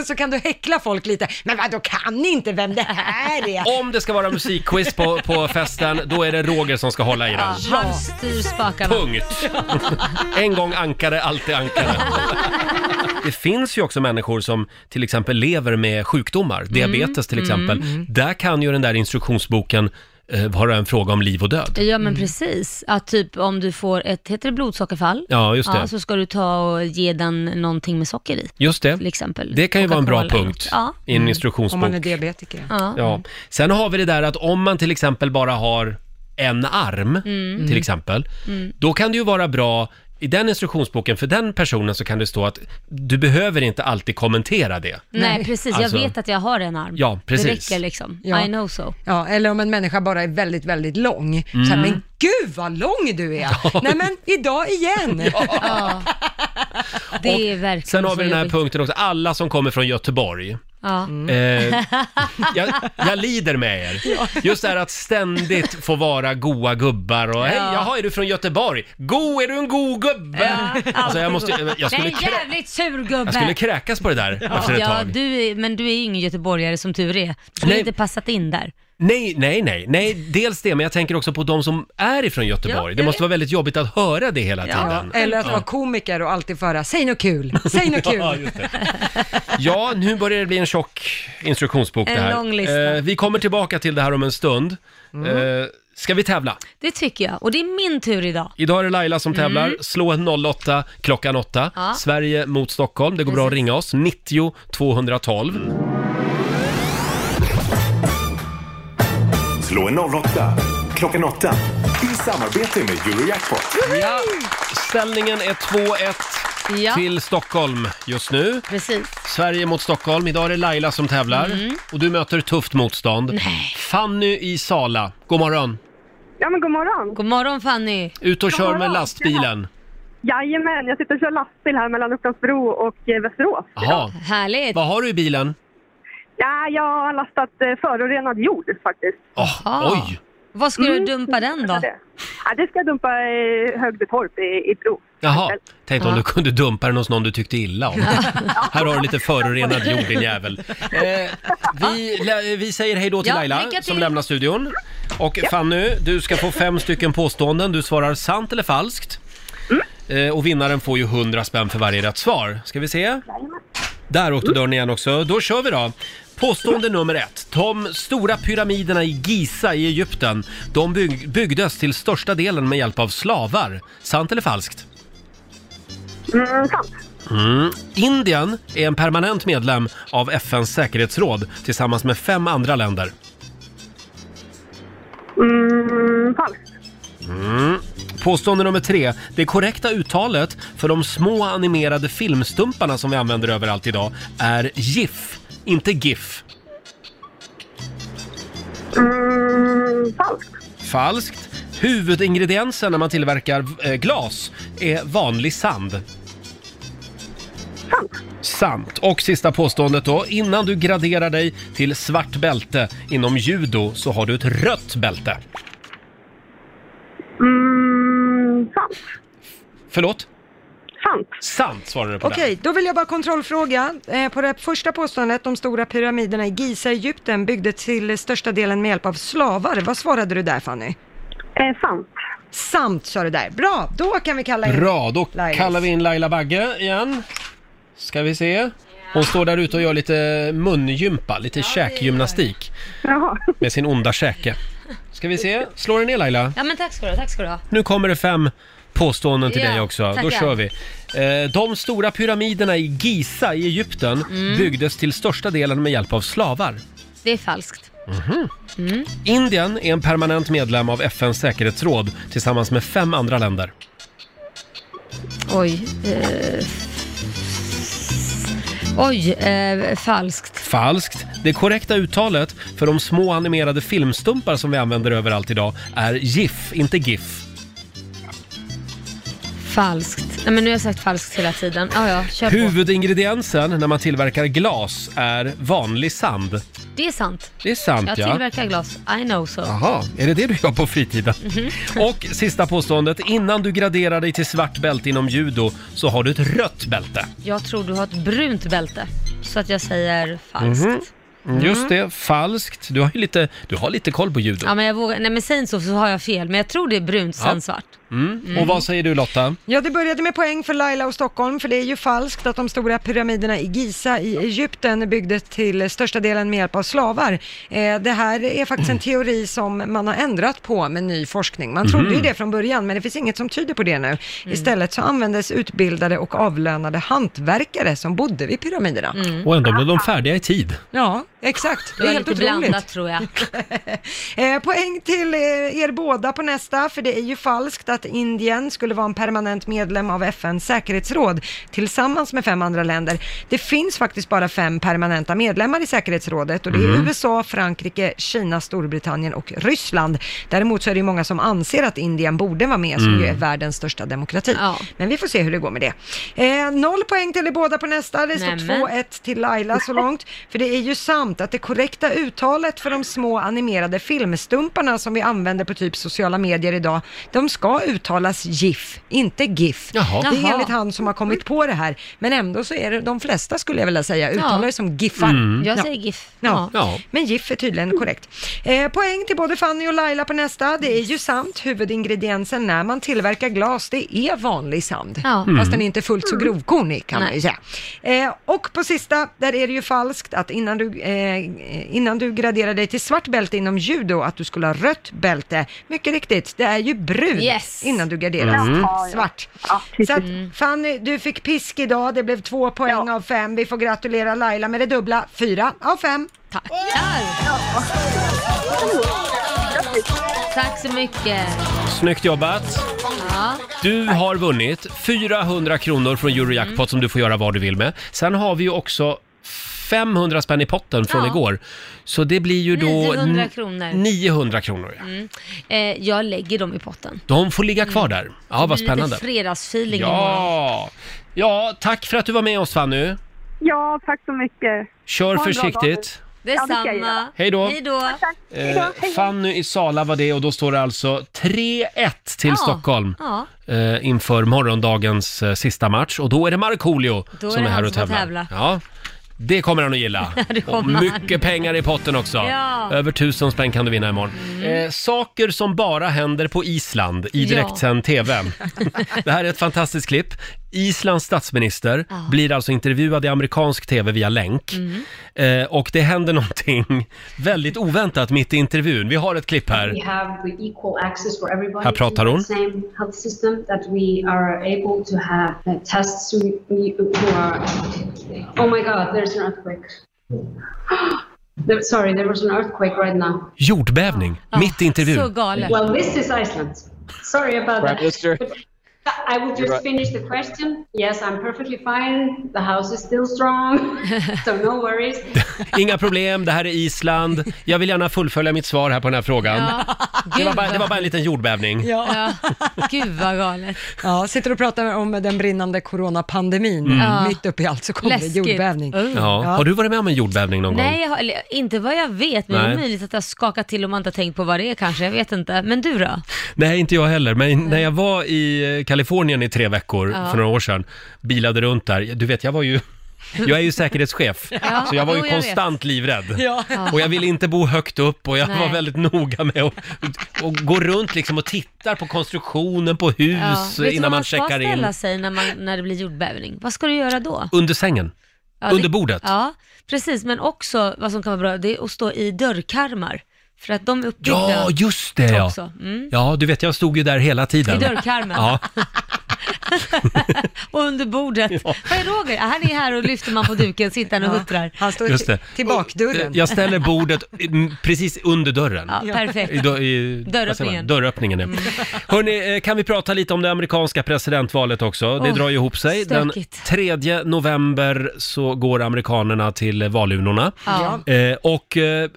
Speaker 2: så kan du häckla folk lite. Men vadå, kan ni inte vem det
Speaker 1: <laughs>
Speaker 2: här är?
Speaker 1: Om det ska vara musikquiz på, på festen, då är det Roger som ska hålla i den.
Speaker 3: Han styr spakarna.
Speaker 1: Punkt! En gång ankare, alltid ankare. Det finns ju också människor som till exempel lever med sjukdomar, diabetes till
Speaker 3: mm,
Speaker 1: exempel.
Speaker 3: mm.
Speaker 1: Där kan ju den där instruktionsboken eh, vara en fråga om liv och död.
Speaker 3: Ja men precis, att typ om du får ett, heter det blodsockerfall?
Speaker 1: Ja, just det.
Speaker 3: så ska du ta och ge den någonting med socker i.
Speaker 1: Just det.
Speaker 3: Till exempel.
Speaker 1: Det kan ju vara en bra
Speaker 3: Coca-Cola eller
Speaker 1: punkt
Speaker 3: något. Ja. Mm.
Speaker 1: i en instruktionsbok.
Speaker 2: Om man är diabetiker.
Speaker 3: Ja.
Speaker 1: Ja. Sen har vi det där att om man till exempel bara har en arm,
Speaker 3: Mm.
Speaker 1: till exempel,
Speaker 3: Mm.
Speaker 1: då kan det ju vara bra i den instruktionsboken för den personen så kan det stå att du behöver inte alltid kommentera det.
Speaker 3: Nej precis,
Speaker 1: Alltså-
Speaker 3: jag vet att jag har en arm.
Speaker 1: Ja, precis.
Speaker 3: Det räcker liksom.
Speaker 2: Ja.
Speaker 3: I know so.
Speaker 2: Ja, eller om en människa bara är väldigt, väldigt lång. Så här,
Speaker 1: Mm.
Speaker 2: men gud vad lång
Speaker 1: <laughs>
Speaker 2: du är! Nej men, idag igen!
Speaker 3: Det är Mm. verkligen
Speaker 1: Sen har
Speaker 3: så
Speaker 1: vi den här
Speaker 3: jobbigt.
Speaker 1: punkten också, alla som kommer från Göteborg.
Speaker 3: Ja. <laughs>
Speaker 1: Eh, jag, jag lider med er. Just det här att ständigt få vara goa gubbar och hej,
Speaker 3: Ja.
Speaker 1: jaha, är du från Göteborg? Go, är du en god gubbe? alltså, jag måste, jag skulle,
Speaker 3: Nej,
Speaker 1: krä,
Speaker 3: jävligt sur gubbe!
Speaker 1: jag skulle kräkas på det där efter ett
Speaker 3: ja,
Speaker 1: tag.
Speaker 3: du är, men du är ju ingen göteborgare som tur är. Du skulle
Speaker 1: Nej.
Speaker 3: inte passat in där.
Speaker 1: Nej, nej, nej, nej. Dels det, men jag tänker också på de som är ifrån Göteborg. det måste vara väldigt jobbigt att höra det hela tiden.
Speaker 2: Eller att
Speaker 1: ja.
Speaker 2: vara komiker och alltid föra, säg något kul, säg något
Speaker 1: <laughs>
Speaker 2: kul.
Speaker 1: Ja, just det. Ja, nu börjar det bli en tjock instruktionsbok
Speaker 3: En
Speaker 1: det här.
Speaker 3: lång lista. Mm.
Speaker 1: Eh, vi kommer tillbaka till det här om en stund. Eh, ska vi tävla?
Speaker 3: Det tycker jag. Och det är min tur idag.
Speaker 1: Idag är det Laila som
Speaker 3: Mm.
Speaker 1: tävlar. Slå en 08 klockan 8.
Speaker 3: Ja.
Speaker 1: Sverige mot Stockholm. Det går bra att ringa oss. 90 212.
Speaker 11: Slå en 08 klockan 8 i samarbete med Eurojackpot.
Speaker 1: Ja, ställningen är 2-1
Speaker 3: Ja.
Speaker 1: till Stockholm just nu.
Speaker 3: Precis.
Speaker 1: Sverige mot Stockholm. Idag är det Laila som tävlar
Speaker 6: Mm.
Speaker 1: och du möter tufft motstånd.
Speaker 3: Nej.
Speaker 1: Fanny i Sala, god morgon.
Speaker 6: Ja, men god morgon.
Speaker 3: God morgon Fanny.
Speaker 1: Ut och
Speaker 6: God
Speaker 1: kör med
Speaker 6: morgon.
Speaker 1: lastbilen.
Speaker 6: Jajamän, jag sitter och kör lastbil här mellan Upplandsbro och eh, Västerås.
Speaker 1: Jaha.
Speaker 3: Härligt.
Speaker 1: Vad har du i bilen?
Speaker 6: Ja, jag har lastat eh, förorenad jord faktiskt.
Speaker 1: Oh, oj!
Speaker 3: Vad ska du dumpa den då?
Speaker 6: Ja, det ska jag dumpa i Högbytorp i, i Bro.
Speaker 1: Jaha, tänkte om
Speaker 6: Ja.
Speaker 1: du kunde dumpa den hos någon du tyckte illa
Speaker 3: <laughs>
Speaker 1: om. Här har du lite förorenad jord din jävel. Eh, vi, lä- vi säger hej då till
Speaker 3: Ja,
Speaker 1: Laila
Speaker 3: lycka till.
Speaker 1: som lämnar studion. Och Fanny, du ska få fem stycken påståenden. Du svarar sant eller falskt.
Speaker 3: Mm.
Speaker 1: Eh, och vinnaren får ju 100 spänn för varje rätt svar. Ska vi se? Där åkte dörren igen också. Då kör vi då. Påstående nummer ett. De stora pyramiderna i Giza i Egypten, de bygg- byggdes till största delen med hjälp av slavar. Sant eller falskt?
Speaker 6: Mm, sant.
Speaker 1: Mm. Indien är en permanent medlem av FNs säkerhetsråd tillsammans med fem andra länder.
Speaker 6: Mm, falskt.
Speaker 1: Mm. Påstående nummer tre. Det korrekta uttalet för de små animerade filmstumparna som vi använder överallt idag är GIF, inte GIF.
Speaker 6: Mm, falskt.
Speaker 1: Falskt. Huvudingrediensen när man tillverkar eh, glas är vanlig sand. Sant. Och sista påståendet då. Innan du graderar dig till svart bälte inom judo så har du ett rött bälte.
Speaker 6: Mm, sant.
Speaker 1: Förlåt?
Speaker 6: Sant.
Speaker 1: Sant svarade du på
Speaker 2: Okej, då vill jag bara kontrollfråga. Eh, på det första påståendet, de stora pyramiderna i Giza i Egypten byggdes till största delen med hjälp av slavar. Vad svarade du där Fanny?
Speaker 6: Eh, sant.
Speaker 2: Sant sa du där. Bra, då kan vi kalla
Speaker 1: där.
Speaker 2: in
Speaker 1: Bra, då
Speaker 2: Lailas.
Speaker 1: kallar vi in Laila Bagge igen. Ska vi se. Hon står där ute och gör lite mungympa, lite käkgymnastik
Speaker 6: Jaha.
Speaker 1: med sin onda käke. Ska vi se, slår du ner Laila?
Speaker 3: Ja men tack ska du ha, tack ska du ha.
Speaker 1: Nu kommer det fem påståenden till
Speaker 3: Ja,
Speaker 1: dig också. Då
Speaker 3: tackar.
Speaker 1: kör vi. Eh, De stora pyramiderna i Giza i Egypten
Speaker 3: Mm.
Speaker 1: byggdes till största delen med hjälp av slavar.
Speaker 3: Det är falskt.
Speaker 1: Mhm. Indien är en permanent medlem av FNs säkerhetsråd tillsammans med fem andra länder.
Speaker 3: Oj. Eh, oj, eh, falskt.
Speaker 1: Falskt. Det korrekta uttalet för de små animerade filmstumpar som vi använder överallt idag är GIF, inte GIF.
Speaker 3: Falskt. Nej men nu har jag sagt falskt hela tiden. Ja, ja, kör på.
Speaker 1: Huvudingrediensen när man tillverkar glas är vanlig sand.
Speaker 3: Det är sant.
Speaker 1: Det är sant
Speaker 3: Jag
Speaker 1: ja.
Speaker 3: tillverkar glas. I know so.
Speaker 1: Jaha, är det det du gör på fritiden?
Speaker 3: Mhm.
Speaker 1: Och sista påståendet, innan du graderar dig till svart bälte inom judo så har du ett rött bälte.
Speaker 3: Jag tror du har ett brunt bälte. Så att jag säger falskt.
Speaker 1: Mhm.
Speaker 3: Mm.
Speaker 1: Just det, falskt. Du har ju lite, du har lite koll på judo.
Speaker 3: Ja men jag vågar, nej men säg inte så för så har jag fel. Men jag tror det är brunt, sen
Speaker 1: Ja.
Speaker 3: svart.
Speaker 1: Mm.
Speaker 3: Mm.
Speaker 1: Och vad säger du Lotta?
Speaker 2: Ja, det började med poäng för Laila och Stockholm, för det är ju falskt att de stora pyramiderna i Giza i Egypten byggdes till största delen med hjälp av slavar. Eh, det här är faktiskt en teori som man har ändrat på med ny forskning. Man trodde ju
Speaker 13: Mhm.
Speaker 2: det från början, men det finns inget som tyder på det
Speaker 3: Mm.
Speaker 2: nu. Istället så användes utbildade och avlönade hantverkare som bodde vid pyramiderna.
Speaker 1: Och ändå blev de färdiga i tid.
Speaker 2: Ja, exakt. Det
Speaker 3: var
Speaker 2: är helt
Speaker 3: Mm. lite
Speaker 2: otroligt. Mm.
Speaker 3: blandat, tror jag.
Speaker 2: Eh, poäng till eh, er båda på nästa, för det är ju falskt att Indien skulle vara en permanent medlem av FNs säkerhetsråd tillsammans med fem andra länder. Det finns faktiskt bara fem permanenta medlemmar i säkerhetsrådet och det är
Speaker 13: Mm.
Speaker 2: USA, Frankrike, Kina, Storbritannien och Ryssland. Däremot så är det ju många som anser att Indien borde vara med, som
Speaker 13: Mm.
Speaker 2: ju är världens största demokrati. Men vi får se hur det går med det. Eh, noll poäng till er båda på nästa. Det står
Speaker 13: Nämen.
Speaker 2: 2-1 till Laila så långt. För det är ju sant att det korrekta uttalet för de små animerade filmstumparna som vi använder på typ sociala medier idag, de ska uttalas GIF, inte GIF.
Speaker 4: Jaha.
Speaker 2: Det är
Speaker 4: Jaha.
Speaker 2: enligt han som har kommit på det här. Men ändå så är det, de flesta skulle jag vilja säga, uttalar det som GIFar.
Speaker 3: Mm. Jag
Speaker 2: Ja.
Speaker 3: säger GIF.
Speaker 2: Ja.
Speaker 3: Ja. Mm.
Speaker 2: Men GIF är tydligen korrekt. Eh, poäng till både Fanny och Laila på nästa. Det är ju sand, huvudingrediensen när man tillverkar glas, det är vanlig sand.
Speaker 3: Ja.
Speaker 2: Fast
Speaker 3: Mm.
Speaker 2: den är inte fullt så grovkornig kan man ju
Speaker 3: Nej.
Speaker 2: säga. Eh, och på sista, där är det ju falskt att innan du, eh, innan du graderade dig till svart bälte inom judo, att du skulle ha rött bälte. Mycket riktigt, det är ju brunt
Speaker 3: Yes.
Speaker 2: innan du graderas
Speaker 3: Mm.
Speaker 2: till
Speaker 3: Jaha, ja. Mm.
Speaker 2: svart. så att, Fanny, du fick pisk idag. Det blev två poäng av fem. Vi får gratulera Laila med det dubbla, fyra av fem.
Speaker 3: Tack. Tack så mycket.
Speaker 1: Snyggt jobbat!
Speaker 3: Ja.
Speaker 1: Du har vunnit 400 kronor från Eurojackpot
Speaker 3: Mm.
Speaker 1: som du får göra vad du vill med. Sen har vi ju också 500 spänn i potten från
Speaker 3: Ja.
Speaker 1: igår. Så det blir ju då...
Speaker 3: 900
Speaker 1: n-
Speaker 3: kronor.
Speaker 1: 900 kronor, ja.
Speaker 3: Mm. Eh, jag lägger dem i potten.
Speaker 1: De får ligga kvar där. Ja, vad
Speaker 3: Det blir
Speaker 1: spännande.
Speaker 3: lite fredagsfeeling imorgon.
Speaker 1: Ja. ja, tack för att du var med oss Fanny.
Speaker 12: Ja, tack så mycket.
Speaker 1: Kör
Speaker 12: Ha en bra
Speaker 1: försiktigt.
Speaker 12: dag nu. Ja, det ska jag
Speaker 3: Detsamma.
Speaker 12: göra.
Speaker 1: Hej då.
Speaker 3: Hej då.
Speaker 1: Eh, Fanny i Sala var det och då står det alltså 3-1 till
Speaker 3: Ja.
Speaker 1: Stockholm.
Speaker 3: Ja.
Speaker 1: eh, inför morgondagens eh, sista match och då är det Markoolio
Speaker 3: Då är
Speaker 1: som
Speaker 3: det
Speaker 1: är här
Speaker 3: han
Speaker 1: och
Speaker 3: som får
Speaker 1: tävlar.
Speaker 3: tävla.
Speaker 1: Ja, det kommer han att
Speaker 3: <laughs>
Speaker 1: gilla.
Speaker 3: det kommer
Speaker 1: och
Speaker 3: han.
Speaker 1: mycket pengar i potten också.
Speaker 3: Ja. Mm.
Speaker 1: Över tusen spänn kan du vinna imorgon. Eh, saker som bara händer på Island i
Speaker 3: Ja.
Speaker 1: direktsänd
Speaker 3: <laughs>
Speaker 1: TV. det här är ett fantastiskt klipp. Islands statsminister
Speaker 3: Ja.
Speaker 1: blir alltså intervjuad i amerikansk TV via länk.
Speaker 3: Mm.
Speaker 1: Eh, och det händer någonting väldigt oväntat mitt i intervjun. Vi har ett klipp här.
Speaker 8: We have the equal access for everybody.
Speaker 1: Här pratar hon.
Speaker 8: in the Same health system that we are able to have uh, tests who we- who are. Oh my God, there's an earthquake. <gasps> There- Sorry, there was an earthquake right now.
Speaker 1: Jordbävning, mitt i intervjun.
Speaker 8: Well, this is Iceland. Sorry about
Speaker 1: Prime
Speaker 8: that.
Speaker 1: Minister.
Speaker 8: But I will
Speaker 1: You're
Speaker 8: just
Speaker 1: right.
Speaker 8: finish the question. Yes, I'm perfectly fine. The house is still strong, so no worries.
Speaker 1: Inga problem, det här är Island. Jag vill gärna fullfölja mitt svar här på den här frågan. Det var bara, det var bara en liten jordbävning.
Speaker 3: Ja.
Speaker 1: <laughs>
Speaker 3: Gud vad galet.
Speaker 2: Ja, sitter och pratar om den brinnande coronapandemin.
Speaker 1: Mm. Ja.
Speaker 2: Mitt uppe i allt så kommer det
Speaker 3: Läskigt.
Speaker 2: jordbävning.
Speaker 3: Uh.
Speaker 1: Ja. Har du varit med om en jordbävning någon
Speaker 3: Nej,
Speaker 1: gång?
Speaker 3: jag har, eller, inte vad jag vet, men det är
Speaker 1: Nej.
Speaker 3: möjligt att jag har skakat till om man inte har tänkt på vad det är kanske. Jag vet inte. Men du då?
Speaker 1: Nej, inte jag heller. Men när jag var i eh, Kalifornien i tre veckor
Speaker 3: Ja.
Speaker 1: för några år sedan, bilade runt där. Du vet, jag var ju... Jag är ju säkerhetschef,
Speaker 3: <laughs> Ja,
Speaker 1: så jag var ju
Speaker 3: jo, jag vet.
Speaker 1: konstant livrädd.
Speaker 3: Ja.
Speaker 1: Och jag ville inte bo högt upp och jag
Speaker 3: Nej.
Speaker 1: var väldigt noga med att och gå runt liksom och titta på konstruktionen på hus
Speaker 3: Vet du
Speaker 1: innan
Speaker 3: vad
Speaker 1: man checkar
Speaker 3: ska ställa
Speaker 1: in.
Speaker 3: sig när, man, när det blir jordbävning? Vad ska du göra då?
Speaker 1: Under sängen.
Speaker 3: Ja,
Speaker 1: Under
Speaker 3: det-
Speaker 1: bordet.
Speaker 3: Ja, precis. Men också vad som kan vara bra, det är att stå i dörrkarmar. För att de är uppbyggda
Speaker 1: Ja, just det ja.
Speaker 3: också. Mm.
Speaker 1: Ja, du vet jag stod ju där hela tiden.
Speaker 3: I dörrkarmen.
Speaker 1: Ja,
Speaker 3: Och under bordet. Vad är Roger? Ah, Han är här och lyfter man på duken, sitter han <laughs> och huttrar.
Speaker 2: Han står
Speaker 1: Just det.
Speaker 2: till bakdörren.
Speaker 1: jag ställer bordet mm, precis under dörren.
Speaker 3: Ja, perfekt.
Speaker 1: I, dö- i, vad säger man?
Speaker 3: Dörröppningen. Mm.
Speaker 1: Dörröppningen, ja. Hörrni, eh, kan vi prata lite om det amerikanska presidentvalet också? Det
Speaker 3: Åh,
Speaker 1: drar ju ihop sig.
Speaker 3: stökigt.
Speaker 1: Den 3 november så går amerikanerna till valurnorna.
Speaker 3: Ja.
Speaker 1: Eh, och eh, <laughs> eh,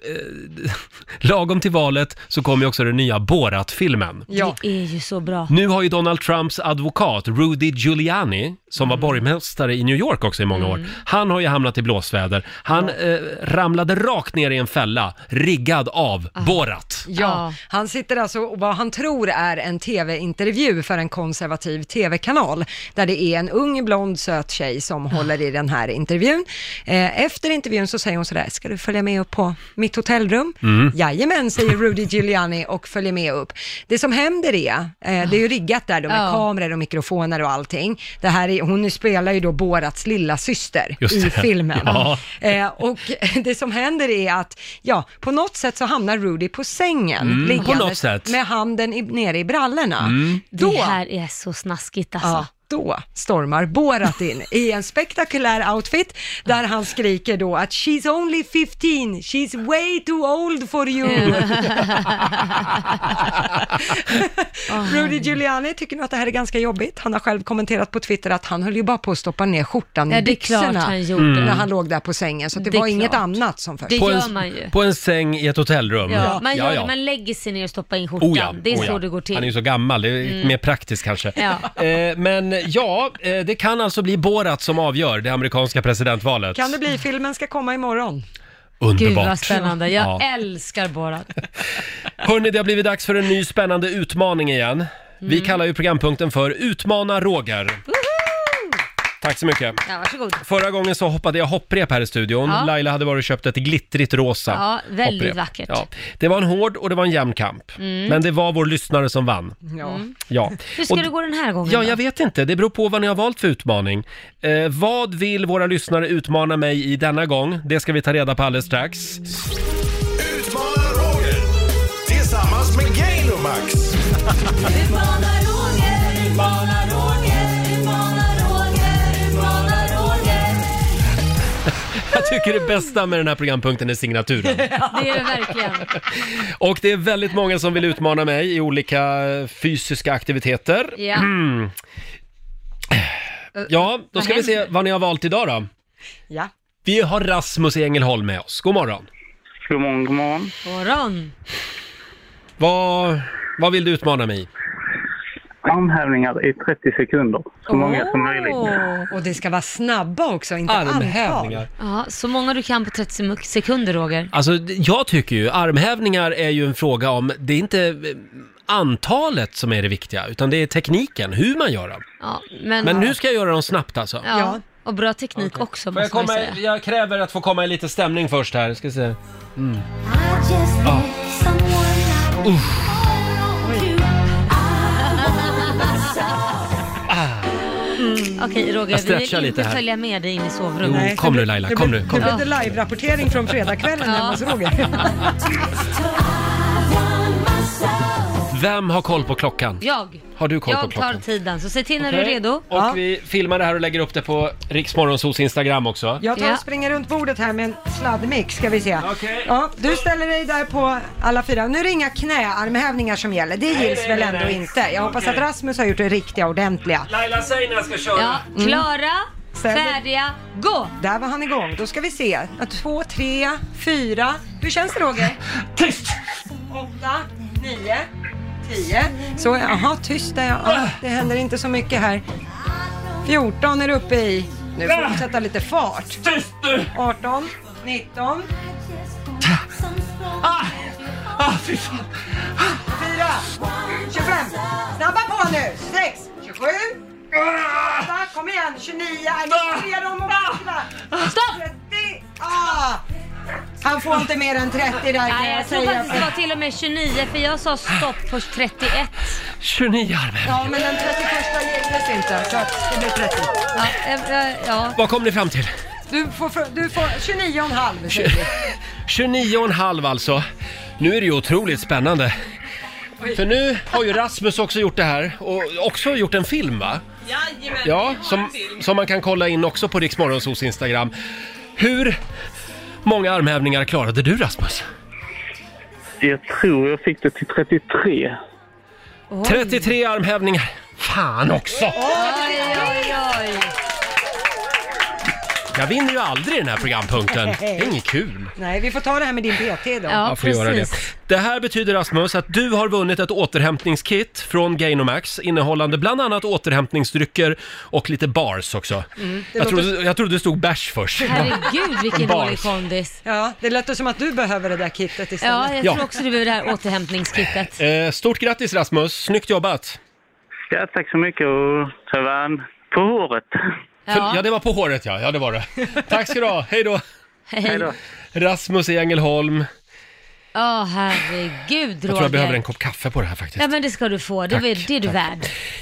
Speaker 1: lagom till valet så kommer ju också den nya Borat-filmen.
Speaker 3: Det är ju så bra.
Speaker 1: Nu har ju Donald Trumps advokat Rudy Giuliani, som var
Speaker 3: Mm.
Speaker 1: borgmästare i New York också i många år, han har ju hamnat i blåsväder. Han eh, ramlade rakt ner i en fälla, riggad av
Speaker 3: Ah.
Speaker 1: Borat.
Speaker 2: Ja, han sitter alltså och vad han tror är en tv-intervju för en konservativ tv-kanal, där det är en ung, blond, söt tjej som håller i den här intervjun. Eh, efter intervjun så säger hon sådär, ska du följa med upp på mitt hotellrum?
Speaker 4: Mm.
Speaker 2: Jajamän, säger Rudy Giuliani och följer med upp. Det som händer är, eh, det är ju riggat där då med
Speaker 3: Ja.
Speaker 2: kameror och mikrofoner och allting. Det här är, hon spelar ju då Borats lilla syster
Speaker 4: Just
Speaker 2: i
Speaker 4: det.
Speaker 2: filmen.
Speaker 4: Ja.
Speaker 2: <laughs> Eh, och det som händer är att, ja, på något sätt så hamnar Rudy på sängen
Speaker 1: Mm, på
Speaker 2: liggandes
Speaker 1: något sätt.
Speaker 2: med handen i, nere i brallorna.
Speaker 1: Mm.
Speaker 2: Då,
Speaker 3: Det här är så snaskigt alltså.
Speaker 2: ja, då stormar Borat in i en spektakulär outfit där han skriker då att “She's only 15, she's way too old for you”. <laughs> Rudy Giuliani tycker nog att det här är ganska jobbigt. Han har själv kommenterat på Twitter att han höll ju bara på att stoppa ner skjortan
Speaker 3: Ja,
Speaker 2: i
Speaker 3: det är klart
Speaker 2: byxorna
Speaker 3: han gjorde. Mm.
Speaker 2: när han låg där på sängen. Så att det,
Speaker 3: Det är
Speaker 2: var inget
Speaker 3: klart.
Speaker 2: annat som föll.
Speaker 1: på, en, på en säng i ett hotellrum.
Speaker 3: Ja, man, gör, det, man lägger sig ner och stoppar in skjortan.
Speaker 1: Oh ja,
Speaker 3: det är
Speaker 1: oh ja.
Speaker 3: så det går till.
Speaker 1: Han är ju så gammal, det är
Speaker 3: Mm.
Speaker 1: mer praktiskt kanske.
Speaker 3: Ja.
Speaker 1: Eh, men ja, eh, det kan alltså bli Borat som avgör det amerikanska presidentvalet.
Speaker 2: Kan det bli? Filmen ska komma imorgon.
Speaker 1: Underbart.
Speaker 3: Gud vad spännande. Jag
Speaker 1: Ja. <laughs>
Speaker 3: älskar Borat.
Speaker 1: Hörni, det har blivit dags för en ny spännande utmaning igen.
Speaker 3: Mm.
Speaker 1: Vi kallar ju programpunkten för Utmana Roger. Tack så mycket.
Speaker 3: Ja, varsågod.
Speaker 1: Förra gången så hoppade jag hopprep här i studion.
Speaker 3: Ja.
Speaker 1: Laila hade varit och köpt ett glittrigt rosa
Speaker 3: Ja, väldigt
Speaker 1: hopprep.
Speaker 3: vackert.
Speaker 1: Ja. Det var en hård och det var en jämn kamp.
Speaker 3: Mm.
Speaker 1: Men det var vår lyssnare som vann.
Speaker 3: Ja. Mm.
Speaker 1: Ja.
Speaker 3: Hur ska
Speaker 1: Och-
Speaker 3: det gå den här gången
Speaker 1: Ja,
Speaker 3: då?
Speaker 1: jag vet inte. Det beror på vad ni har valt för utmaning. Eh, vad vill våra lyssnare utmana mig i denna gång? Det ska vi ta reda på alldeles strax.
Speaker 11: Utmana Roger tillsammans med Gail och Max.
Speaker 1: Jag tycker det bästa med den här programpunkten är signaturen.
Speaker 3: Det är det verkligen.
Speaker 1: Och det är väldigt många som vill utmana mig i olika eh, fysiska aktiviteter.
Speaker 3: Ja.
Speaker 1: Mm. Ja, då
Speaker 3: Vad
Speaker 1: ska vi se
Speaker 3: händer?
Speaker 1: vad ni har valt idag då.
Speaker 2: Ja.
Speaker 1: Vi har Rasmus i Ängelholm med oss. God morgon. God morgon, god morgon.
Speaker 3: Morgon.
Speaker 1: Vad, vad vill du utmana mig i?
Speaker 13: Armhävningar i 30 sekunder. Så många som möjligt.
Speaker 2: Och det ska vara snabba också, inte
Speaker 1: Armhävningar.
Speaker 2: antal.
Speaker 3: Ja, så många du kan på 30 sek- sekunder Roger.
Speaker 1: Alltså, d- jag tycker ju armhävningar är ju en fråga om, det är inte eh, antalet som är det viktiga, utan det är tekniken, hur man gör dem.
Speaker 3: Ja, men,
Speaker 1: Men nu ska jag göra dem snabbt alltså.
Speaker 3: ja. och bra teknik också
Speaker 1: Får jag,
Speaker 3: måste man ju
Speaker 1: komma,
Speaker 3: säga.
Speaker 1: jag kräver att få komma i lite stämning först här, ska se. Mm. Ja. Uff. Ah.
Speaker 3: Okej
Speaker 1: Mm.
Speaker 3: Roger,
Speaker 1: Jag
Speaker 3: vi vill
Speaker 1: stretchar
Speaker 3: inte
Speaker 1: lite här.
Speaker 3: följa med dig in i
Speaker 1: Jo,
Speaker 3: sovrummet.
Speaker 1: kom nu Laila, kom nu. Kom
Speaker 2: Nu
Speaker 1: nu.
Speaker 2: blev det live-rapportering från fredagskvällen hemma hos Roger.
Speaker 1: Vem har koll på klockan?
Speaker 3: Jag.
Speaker 1: Har du koll på
Speaker 3: jag
Speaker 1: klockan?
Speaker 3: tar tiden, så säg till när du är
Speaker 1: Okej.
Speaker 3: redo.
Speaker 1: Och vi filmar det här och lägger upp det på Riksmorgonsos Instagram också.
Speaker 2: Jag tar och springer runt bordet här med en sladdmick ska vi se. Ja, du ställer dig där på alla fyra. Nu är det inga knäarmhävningar som gäller. Det gills
Speaker 1: nej,
Speaker 2: väl
Speaker 1: nej,
Speaker 2: ändå
Speaker 1: nej.
Speaker 2: inte. Jag hoppas
Speaker 1: Okej.
Speaker 2: att Rasmus har gjort det riktiga ordentliga.
Speaker 1: Laila, säg när jag ska köra.
Speaker 3: Ja,
Speaker 2: Mm.
Speaker 3: klara,
Speaker 2: Ställ dig.
Speaker 3: färdiga, gå!
Speaker 2: Där var han igång. Då ska vi se. Ett, Två, tre, fyra. Hur känns det Roger? Tyst! Åtta, nio, tio. Så, jaha, tyst där ja. ja. Det händer inte så mycket här. 14 är du uppe i. Nu får du sätta lite fart. Tyst nu! 18, 19. Ah! Ah, fy fan! 4, 25. Snabba på nu! 6, 27. Åtta, Kom igen, 29, äh, tre om borta. 30, ah! Han får inte mer än 30 där kan
Speaker 3: Nej,
Speaker 2: jag
Speaker 3: jag tror
Speaker 2: säga.
Speaker 3: faktiskt det var till och med 29 för jag sa stopp på 31.
Speaker 1: 29 armhävningar.
Speaker 2: Ja, men den 31 gillades inte så att det blir 30.
Speaker 3: Ja, eh, eh, ja.
Speaker 1: Vad kom ni fram till?
Speaker 2: Du får, för- du får 29,5 säger vi.
Speaker 1: 29,5 alltså. Nu är det ju otroligt spännande. För nu har ju Rasmus också gjort det här och också gjort en film va?
Speaker 7: Jajamän,
Speaker 1: Ja,
Speaker 7: vi har
Speaker 1: som,
Speaker 7: en film.
Speaker 1: som man kan kolla in också på Riksmorgonsos Instagram. Hur många armhävningar klarade du Rasmus?
Speaker 13: Jag tror jag fick det till 33.
Speaker 1: 33 armhävningar. Fan också!
Speaker 3: Oj, oj, oj.
Speaker 1: Jag vinner ju aldrig den här programpunkten. Det är inget kul.
Speaker 2: Nej, vi får ta det här med din PT då.
Speaker 1: jag får göra det. Det här betyder Rasmus att du har vunnit ett återhämtningskit från Gainomax innehållande bland annat återhämtningsdrycker och lite bars också.
Speaker 2: Mm. Det
Speaker 1: Jag,
Speaker 2: låter-
Speaker 1: trodde, jag trodde det stod bärs först.
Speaker 3: Herregud vilken
Speaker 1: Bars.
Speaker 3: dålig kondis.
Speaker 2: Ja, det lät som att du behöver det där kittet istället.
Speaker 3: Ja, jag
Speaker 1: Ja.
Speaker 3: tror också du behöver det här återhämtningskittet.
Speaker 1: Eh, Stort grattis Rasmus, snyggt jobbat!
Speaker 13: Ja, tack så mycket och ta varann på håret.
Speaker 1: För, ja, det var på håret ja. Ja, det var det. Tack ska du ha, hej då!
Speaker 3: Hej då.
Speaker 1: Rasmus i Ängelholm.
Speaker 3: Ja, herregud Roger.
Speaker 1: Jag tror jag behöver en kopp kaffe på det här faktiskt.
Speaker 3: Ja, men det ska du få. Det,
Speaker 1: Tack,
Speaker 3: är- det är du
Speaker 1: tack.
Speaker 3: värd.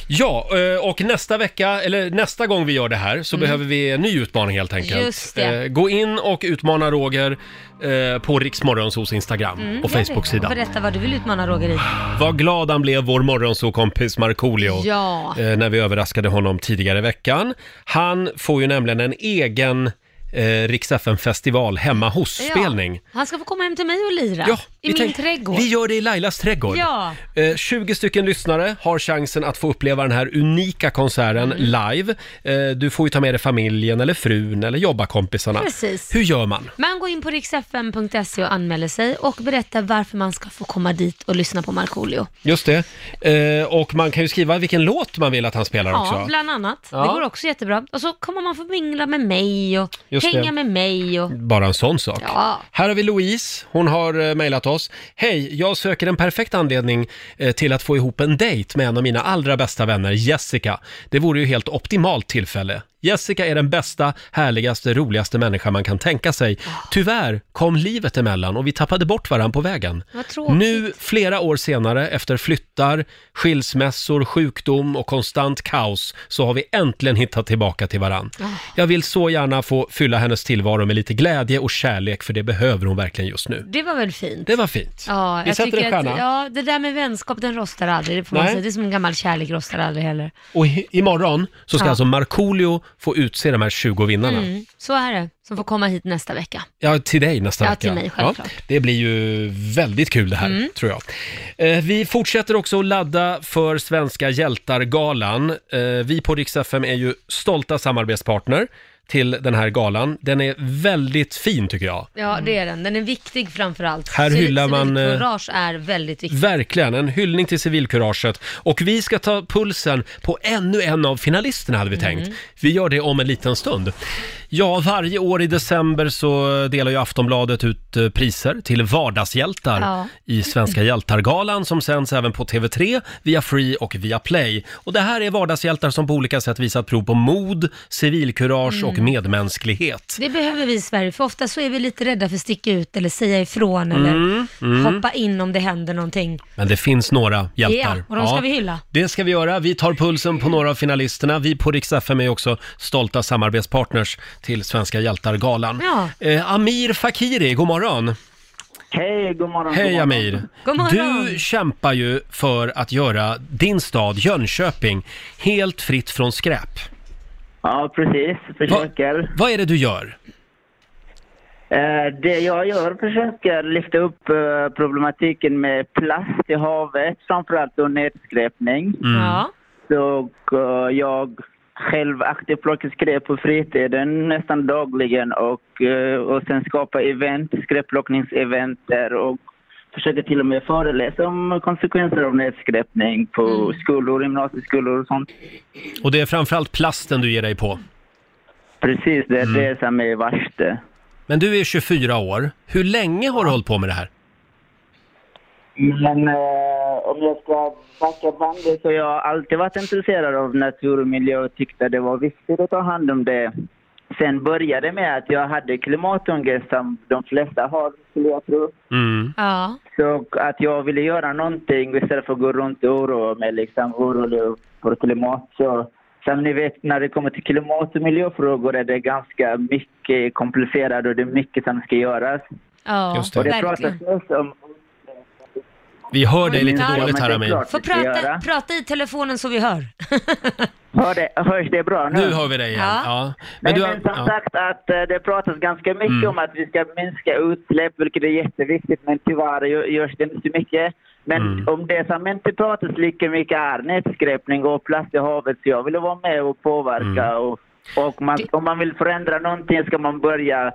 Speaker 1: Ja, eh, och nästa vecka, eller nästa gång vi gör det här, så
Speaker 3: Mm.
Speaker 1: behöver vi en ny utmaning helt enkelt.
Speaker 3: Just det.
Speaker 1: Eh, Gå in och utmana Roger eh, på Riksmorgonsos Instagram
Speaker 3: Mm,
Speaker 1: och
Speaker 3: gör det.
Speaker 1: Facebook-sida.
Speaker 3: Och Berätta vad du vill utmana Roger i.
Speaker 1: Vad glad han blev, vår morgonsokompis Markoolio,
Speaker 3: Ja.
Speaker 1: eh, när vi överraskade honom tidigare i veckan. Han får ju nämligen en egen eh, Rix festival hemma hos-spelning.
Speaker 3: Ja, han ska få komma hem till mig och lira.
Speaker 1: Ja,
Speaker 3: I
Speaker 1: vi
Speaker 3: min
Speaker 1: tänk-
Speaker 3: trädgård.
Speaker 1: Vi gör det i Lailas trädgård.
Speaker 3: Ja.
Speaker 1: Eh, 20 stycken lyssnare har chansen att få uppleva den här unika konserten
Speaker 3: Mm.
Speaker 1: live. Eh, Du får ju ta med dig familjen eller frun eller jobbarkompisarna.
Speaker 3: Precis.
Speaker 1: Hur gör man?
Speaker 3: Man går in på riksfm.se och anmäler sig och berättar varför man ska få komma dit och lyssna på Markoolio.
Speaker 1: Just det. Eh, Och man kan ju skriva vilken låt man vill att han spelar
Speaker 3: Ja,
Speaker 1: också.
Speaker 3: bland annat.
Speaker 1: Ja.
Speaker 3: Det går också jättebra. Och så kommer man få mingla med mig och
Speaker 1: Just
Speaker 3: hänga
Speaker 1: det.
Speaker 3: med mig och...
Speaker 1: Bara en sån sak.
Speaker 3: Ja.
Speaker 1: Här har vi Louise. Hon har eh, mejlat oss. oss. Hej, jag söker en perfekt anledning eh, till att få ihop en dejt med en av mina allra bästa vänner, Jessica. Det vore ju helt optimalt tillfälle. Jessica är den bästa, härligaste, roligaste människa man kan tänka sig. Tyvärr kom livet emellan och vi tappade bort varandra på vägen.
Speaker 3: Vad tråkigt.
Speaker 1: Nu, flera år senare, efter flyttar, skilsmässor, sjukdom och konstant kaos, så har vi äntligen hittat tillbaka till varann.
Speaker 3: Ah.
Speaker 1: Jag vill så gärna få fylla hennes tillvaro med lite glädje och kärlek, för det behöver hon verkligen just nu.
Speaker 3: Det var väl fint?
Speaker 1: Det var fint.
Speaker 3: Ja,
Speaker 1: Vi
Speaker 3: jag
Speaker 1: sätter
Speaker 3: tycker
Speaker 1: en stjärna.
Speaker 3: Att, ja, det där med vänskap, den rostar aldrig. Det, får man
Speaker 1: Nej.
Speaker 3: säga. det är som en gammal kärlek, rostar aldrig heller.
Speaker 1: Och i- imorgon så ska
Speaker 3: Ja.
Speaker 1: alltså Markoolio få utse de här 20 vinnarna.
Speaker 3: Mm, så är det, som får komma hit nästa vecka.
Speaker 1: Ja, till dig nästa
Speaker 3: Ja,
Speaker 1: vecka.
Speaker 3: till mig, självklart.
Speaker 1: det blir ju väldigt kul det här,
Speaker 3: Mm.
Speaker 1: tror jag. Eh, vi fortsätter också att ladda för Svenska hjältar-galan. Eh, vi på Rix FM är ju stolta samarbetspartner till den här galan. Den är väldigt fin, tycker jag.
Speaker 3: Ja, det är den. Den är viktig framför allt.
Speaker 1: Mm. Här
Speaker 3: Civil-
Speaker 1: hyllar man, eh,
Speaker 3: Civilkurage är väldigt viktigt.
Speaker 1: Verkligen, en hyllning till civilkuraget. Och vi ska ta pulsen på ännu en av finalisterna hade vi
Speaker 3: Mm.
Speaker 1: tänkt. Vi gör det om en liten stund. Ja, varje år i december så delar ju Aftonbladet ut eh, priser till vardagshjältar
Speaker 3: Ja.
Speaker 1: i Svenska hjältargalan som sänds även på TV3, via Free och via Play. Och det här är vardagshjältar som på olika sätt visat prov på mod, civilkurage
Speaker 3: Mm.
Speaker 1: och medmänsklighet.
Speaker 3: Det behöver vi i Sverige, för ofta så är vi lite rädda för att sticka ut eller säga ifrån eller
Speaker 1: Mm, mm.
Speaker 3: hoppa in om det händer någonting.
Speaker 1: Men det finns några hjältar.
Speaker 3: Ja, och de ska vi hylla.
Speaker 1: Det ska vi göra. Vi tar pulsen på några av finalisterna. Vi på Rix FM är också stolta samarbetspartners till Svenska hjältar-galan.
Speaker 3: Ja.
Speaker 1: Eh, Amir Fakiri, god morgon!
Speaker 14: Hej, god morgon.
Speaker 1: Hej
Speaker 14: god morgon.
Speaker 1: Amir!
Speaker 14: God morgon.
Speaker 1: Du kämpar ju för att göra din stad Jönköping helt fritt från skräp.
Speaker 14: Ja, precis. Försöker.
Speaker 1: Vad är det du gör?
Speaker 14: Eh, Det jag gör försöker lyfta upp eh, problematiken med plast i havet, framförallt och nedskräpning.
Speaker 4: Mm. Ja.
Speaker 14: Så eh, jag själv aktivt plockar skräp på fritiden nästan dagligen och, eh, och sen skapar event, skräpplockningseventer och försöker till och med föreläsa om konsekvenser av nedskräpning på
Speaker 1: Mm.
Speaker 14: skolor, gymnasieskolor och sånt.
Speaker 1: Och det är framförallt plasten du ger dig på.
Speaker 14: Precis, det är
Speaker 1: Mm.
Speaker 14: det som är värst.
Speaker 1: Men du är 24 år. Hur länge har du hållit på med det här?
Speaker 14: Men eh, om jag ska backa bandet så har jag alltid varit intresserad av natur och miljö och tyckte det var viktigt att ta hand om det. Sen började det med att jag hade klimatångest som de flesta har, skulle jag tro.
Speaker 1: Mm.
Speaker 3: Ja.
Speaker 14: Så att jag ville göra någonting istället för att gå runt och oroa mig liksom, orolig för klimat. Så, som ni vet, när det kommer till klimat och miljöfrågor är det ganska mycket komplicerat och det är mycket som ska göras.
Speaker 3: Ja,
Speaker 14: Just det. Och det pratas mest om
Speaker 1: Vi hör dig lite
Speaker 14: Ja,
Speaker 1: dåligt
Speaker 14: men
Speaker 1: här
Speaker 14: det är
Speaker 1: Amir.
Speaker 14: klart.
Speaker 3: Får
Speaker 14: Det ska jag
Speaker 3: prata,
Speaker 14: göra.
Speaker 3: prata i telefonen så vi hör.
Speaker 14: Hör det, hörs det bra nu?
Speaker 1: Nu hör vi dig igen.
Speaker 14: Ja.
Speaker 1: Ja.
Speaker 14: Men,
Speaker 1: du har-
Speaker 14: men som
Speaker 1: ja.
Speaker 14: sagt att eh, det pratas ganska mycket
Speaker 1: Mm.
Speaker 14: om att vi ska minska utsläpp, vilket är jätteviktigt, men tyvärr gö- görs det inte så mycket. Men
Speaker 1: Mm.
Speaker 14: om det som inte pratas lika mycket är nedskräpning och plast i havet, så jag vill vara med och påverka.
Speaker 1: Mm.
Speaker 14: Och, och man, om man vill förändra någonting ska man börja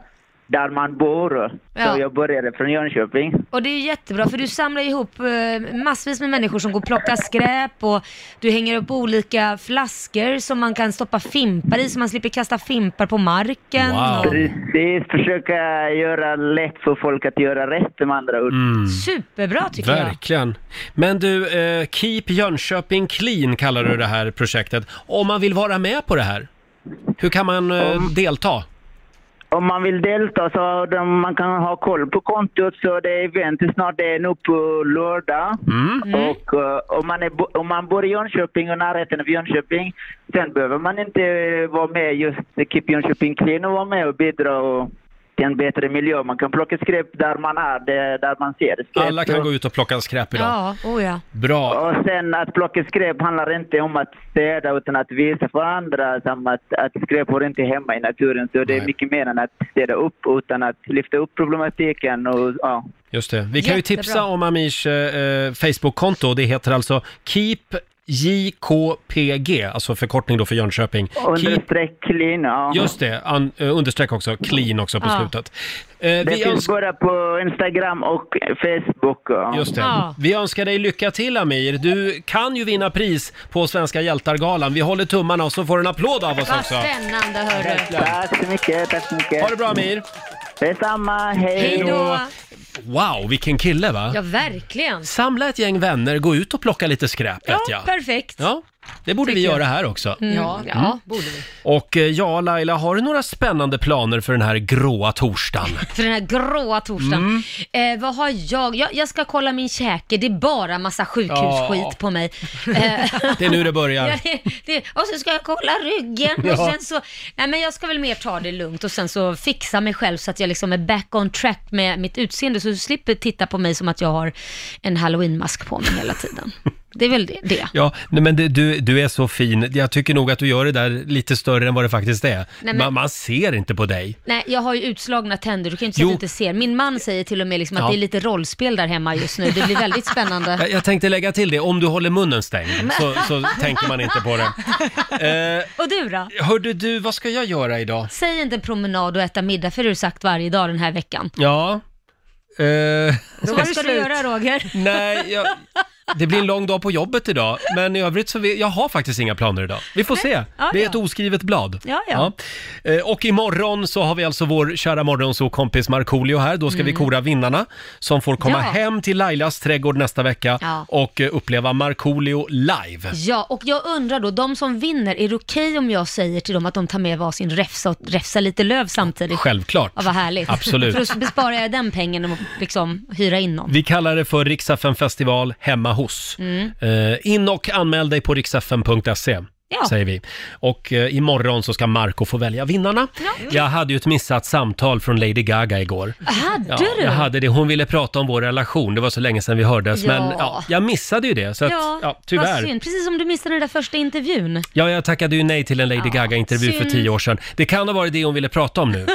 Speaker 14: där man bor.
Speaker 3: Ja.
Speaker 14: Så jag började från Jönköping.
Speaker 3: Och det är ju jättebra för du samlar ihop eh, massvis med människor som går och plockar skräp och du hänger upp olika flaskor som man kan stoppa fimpar i så man slipper kasta fimpar på marken.
Speaker 14: Precis, försöka göra lätt för folk att göra rätt med andra ord.
Speaker 1: Mm.
Speaker 3: Superbra tycker jag.
Speaker 1: Verkligen. Men du, eh, Keep Jönköping Clean kallar du det här projektet. Om man vill vara med på det här, hur kan man eh,
Speaker 14: Mm.
Speaker 1: delta?
Speaker 14: Om man vill delta så har de, man kan ha koll på kontot så det är event snart, det är nog på lördag.
Speaker 1: Mm.
Speaker 14: Och eh, om, man är, bo- om man bor i Jönköping och närheten av Jönköping, sen behöver man inte vara med just Keep Jönköping Clean och vara med och bidra och till en bättre miljö. Man kan plocka skräp där man är, det- där man ser skräp.
Speaker 1: Alla kan gå ut och plocka skräp idag.
Speaker 3: Ja, oh ja.
Speaker 1: Bra.
Speaker 14: Och sen att plocka skräp handlar inte om att städa utan att visa för andra som att, att skräp hör inte hemma i naturen. Så det är mycket mer än att städa upp utan att lyfta upp problematiken och ja.
Speaker 1: Just det. Vi kan ju
Speaker 14: Jättebra.
Speaker 1: tipsa om Amirs eh, Facebook-konto. Det heter alltså Keep JKPG, alltså förkortning då för Jönköping. Keep,
Speaker 14: Understreck clean, ja.
Speaker 1: just det, an, eh, understreck också, clean också på
Speaker 14: Ja.
Speaker 1: slutet. Eh,
Speaker 14: det
Speaker 1: vi
Speaker 14: finns
Speaker 1: önskar-
Speaker 14: bara på Instagram och Facebook. Ja.
Speaker 1: Just det. Vi önskar dig lycka till Amir. Du kan ju vinna pris på Svenska hjältargalan. Vi håller tummarna och så får du en applåd av oss
Speaker 3: Vad
Speaker 1: också.
Speaker 3: spännande hörru.
Speaker 14: Tack så mycket, tack så mycket.
Speaker 1: Ha det bra Amir.
Speaker 14: Detsamma, hej då!
Speaker 1: Wow, vilken kille va?
Speaker 3: Ja, verkligen.
Speaker 1: Samla ett gäng vänner, gå ut och plocka lite skräp vet
Speaker 3: Ja,
Speaker 1: jag.
Speaker 3: perfekt.
Speaker 1: Ja, det borde vi
Speaker 3: Tycker jag.
Speaker 1: göra här också.
Speaker 3: Mm. Ja, ja,
Speaker 1: Mm.
Speaker 3: borde vi.
Speaker 1: Och eh, ja, Laila, har du några spännande planer för den här gråa torsdagen?
Speaker 3: För den här gråa torsdagen.
Speaker 1: Mm.
Speaker 3: Eh, vad har jag? jag? Jag ska kolla min käke, det är bara massa sjukhusskit
Speaker 1: Ja.
Speaker 3: på mig. Eh,
Speaker 1: <laughs> Det är nu det börjar.
Speaker 3: <laughs> Ja, det, det, och så ska jag kolla ryggen och
Speaker 1: Ja.
Speaker 3: sen så, nej men jag ska väl mer ta det lugnt och sen så fixa mig själv så att jag liksom är back on track med mitt utseende så du slipper titta på mig som att jag har en halloweenmask på mig hela tiden. Det är väl det. det.
Speaker 1: Ja, nej, men det, du, du är så fin. Jag tycker nog att du gör det där lite större än vad det faktiskt är.
Speaker 3: men-
Speaker 1: man, man ser inte på dig.
Speaker 3: Nej, jag har ju utslagna tänder, du kan ju inte säga
Speaker 1: Jo.
Speaker 3: att du inte ser. Min man säger till och med liksom att
Speaker 1: Ja.
Speaker 3: det är lite rollspel där hemma just nu, det blir
Speaker 1: <laughs>
Speaker 3: väldigt spännande.
Speaker 1: Jag, jag tänkte lägga till det, om du håller munnen stängd så, så tänker man inte på det. Eh,
Speaker 3: Och du då?
Speaker 1: hörde du, vad ska jag göra idag?
Speaker 3: Säg inte promenad och äta middag, för det har du sagt varje dag den här veckan.
Speaker 1: Ja... Eh,
Speaker 3: Så vad ska du göra <laughs> Roger?
Speaker 1: Nej, jag, det blir en lång dag på jobbet idag, men i övrigt så vi, jag har faktiskt inga planer idag. Vi får se.
Speaker 3: ja,
Speaker 1: det är
Speaker 3: ja.
Speaker 1: ett oskrivet blad.
Speaker 3: Ja, ja.
Speaker 1: Ja. Eh, Och imorgon så har vi alltså vår kära morgonsåkompis Markoolio här. Då ska vi kora vinnarna som får komma
Speaker 3: Mm. Ja.
Speaker 1: hem till Lailas trädgård nästa vecka
Speaker 3: Ja.
Speaker 1: och eh, uppleva Markoolio live.
Speaker 3: Ja, och jag undrar då, de som vinner, är det okej om jag säger till dem att de tar med varsin räfsa och räfsar lite löv samtidigt?
Speaker 1: Självklart.
Speaker 3: Ja, vad härligt.
Speaker 1: Absolut.
Speaker 3: För då besparar jag den pengen och liksom hyra in någon.
Speaker 1: Vi kallar det för Riksfn festival hemma hos.
Speaker 3: Mm.
Speaker 1: Eh, in och anmäl dig på riksfn.se.
Speaker 3: Ja.
Speaker 1: Säger vi. Och eh, imorgon så ska Marco få välja vinnarna. Jag hade ju ett missat samtal från Lady Gaga igår.
Speaker 3: Hade
Speaker 1: Ja,
Speaker 3: du?
Speaker 1: jag hade det. Hon ville prata om vår relation, det var så länge sedan vi hördes.
Speaker 3: Ja.
Speaker 1: Men ja, jag missade ju det, så att, ja, tyvärr.
Speaker 3: Vad synd. Precis som du missade den där första intervjun.
Speaker 1: Ja, jag tackade ju nej till en Lady Gaga-intervju för
Speaker 3: synd.
Speaker 1: tio år sedan. Det kan ha varit det hon ville prata
Speaker 2: <laughs>
Speaker 1: om nu.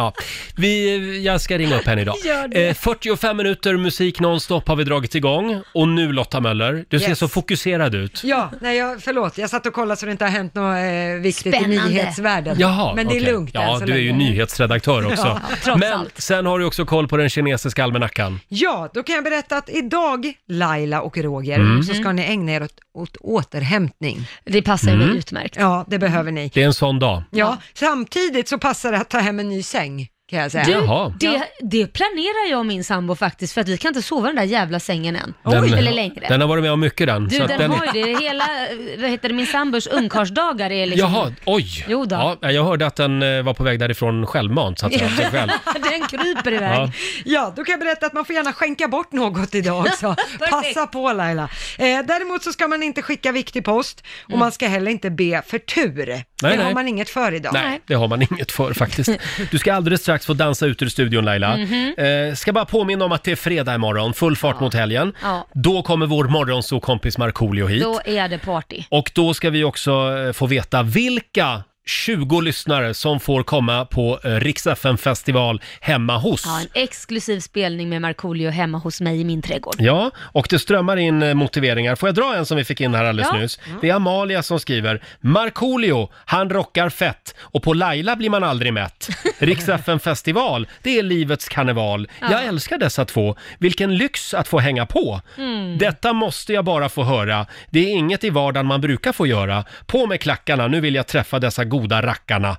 Speaker 1: Ja, vi, jag ska ringa upp henne idag.
Speaker 3: Gör det.
Speaker 1: Eh, 45 minuter musik nonstop har vi dragit igång. Och nu Lotta Möller, du ser
Speaker 2: Yes.
Speaker 1: så fokuserad ut.
Speaker 2: Ja, nej jag, förlåt, jag satt och kollade så det inte har hänt något eh, viktigt i
Speaker 3: Spännande.
Speaker 2: nyhetsvärlden.
Speaker 1: Jaha,
Speaker 2: Men det är
Speaker 1: okej.
Speaker 2: lugnt än
Speaker 1: Ja,
Speaker 2: så
Speaker 1: du är ju
Speaker 2: länge.
Speaker 1: nyhetsredaktör också.
Speaker 2: <laughs> Ja, trots
Speaker 1: Men
Speaker 2: allt.
Speaker 1: sen har du också koll på den kinesiska almanackan.
Speaker 2: Ja, då kan jag berätta att idag, Laila och Roger,
Speaker 1: Mm.
Speaker 2: så ska ni ägna er åt, åt återhämtning.
Speaker 3: Det passar
Speaker 1: Mm. mig
Speaker 3: utmärkt.
Speaker 2: Ja, det behöver ni.
Speaker 1: Det är en sån dag.
Speaker 2: Ja, samtidigt så passar det att ta hem en ny säng, kan jag säga.
Speaker 3: Du,
Speaker 1: Jaha.
Speaker 3: det, det planerar jag och min sambo faktiskt, för att vi kan inte sova i den där jävla sängen än. Eller längre.
Speaker 1: den har varit med om mycket den.
Speaker 3: du,
Speaker 1: så att
Speaker 3: den, har ju det. Hela, eh, vad heter det, min sambos ungkarlsdagar är liksom...
Speaker 1: Jaha, oj!
Speaker 3: Jo då.
Speaker 1: Ja, jag hörde att den eh, var på väg därifrån självmant, så att säga. av sig själv.
Speaker 3: <laughs> den kryper iväg.
Speaker 1: Ja.
Speaker 2: Ja, då kan jag berätta att man får gärna skänka bort något idag också.
Speaker 3: Perfekt.
Speaker 2: Passa på Laila. Eh, däremot så ska man inte skicka viktig post och man ska heller inte be för tur. det
Speaker 1: nej.
Speaker 2: har man inget för idag.
Speaker 1: Nej, det har man <laughs> inget för faktiskt. Du ska alldeles strax få dansa ut ur studion Laila.
Speaker 3: Mhm.
Speaker 1: Eh, ska bara påminna om att det är fredag imorgon, full fart mot helgen.
Speaker 3: Ja.
Speaker 1: Då kommer vår morgonsåkompis Markoolio hit.
Speaker 3: Då är det party.
Speaker 1: Och då ska vi också eh, få veta vilka 20 lyssnare som får komma på eh, Rix FM festival hemma hos.
Speaker 3: Ja, en exklusiv spelning med Markoolio hemma hos mig i min trädgård.
Speaker 1: Ja, och det strömmar in eh, motiveringar. Får jag dra en som vi fick in här alldeles
Speaker 3: Ja. Mm.
Speaker 1: nyss? Det är Amalia som skriver. Markoolio, han rockar fett och på Laila blir man aldrig
Speaker 3: <laughs>
Speaker 1: mätt. Rix FM festival, det är livets karneval.
Speaker 3: Ja.
Speaker 1: Jag älskar dessa två. Vilken lyx att få hänga på.
Speaker 3: Mm.
Speaker 1: Detta måste jag bara få höra. Det är inget i vardagen man brukar få göra. På med klackarna, nu vill jag träffa dessa goda rackarna.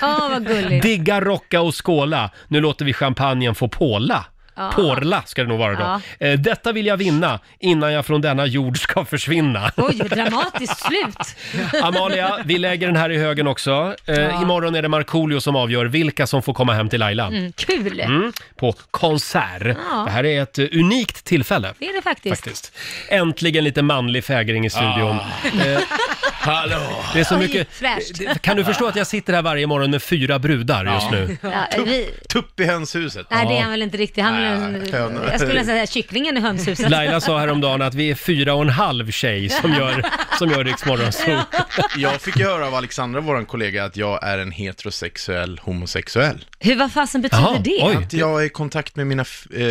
Speaker 3: Ja, <laughs> vad gulligt.
Speaker 1: Digga, rocka och skåla. Nu låter vi champagnen få påla.
Speaker 3: Ja.
Speaker 1: Porla ska det nog vara då. Eh, Detta vill jag vinna innan jag från denna jord ska
Speaker 3: <laughs>
Speaker 1: försvinna.
Speaker 3: Oj, dramatiskt slut.
Speaker 1: Amalia, vi lägger den här i högen också. Eh,
Speaker 3: Ja.
Speaker 1: Imorgon är det Markoolio som avgör vilka som får komma hem till Laila.
Speaker 3: Mm, kul.
Speaker 1: Mm, på konsert.
Speaker 3: Ja.
Speaker 1: Det här är ett eh, unikt tillfälle.
Speaker 3: Det är det faktiskt.
Speaker 1: Faktiskt. Äntligen lite manlig fägring i studion. Eh,
Speaker 15: Hallå!
Speaker 1: Det är så
Speaker 3: Ah. Oj,
Speaker 1: mycket...
Speaker 3: fräscht.
Speaker 1: Det- Kan du förstå att jag sitter här varje morgon med fyra brudar just nu?
Speaker 3: Ja, vi...
Speaker 15: Tupp i hönshuset.
Speaker 3: Nej, det är han väl inte riktigt. Han är
Speaker 1: Nej,
Speaker 3: en,
Speaker 1: hönor.
Speaker 3: jag skulle nästan säga kycklingen i hönshuset.
Speaker 1: Laila sa häromdagen att vi är fyra och en halv tjej som gör, som gör Rix Morgonzoo.
Speaker 15: Jag fick ju höra av Alexandra, vår kollega, att jag är en heterosexuell homosexuell.
Speaker 3: Hur, vad fasen betyder det?
Speaker 15: Att jag Alltså, är i kontakt med mina... f- Eh,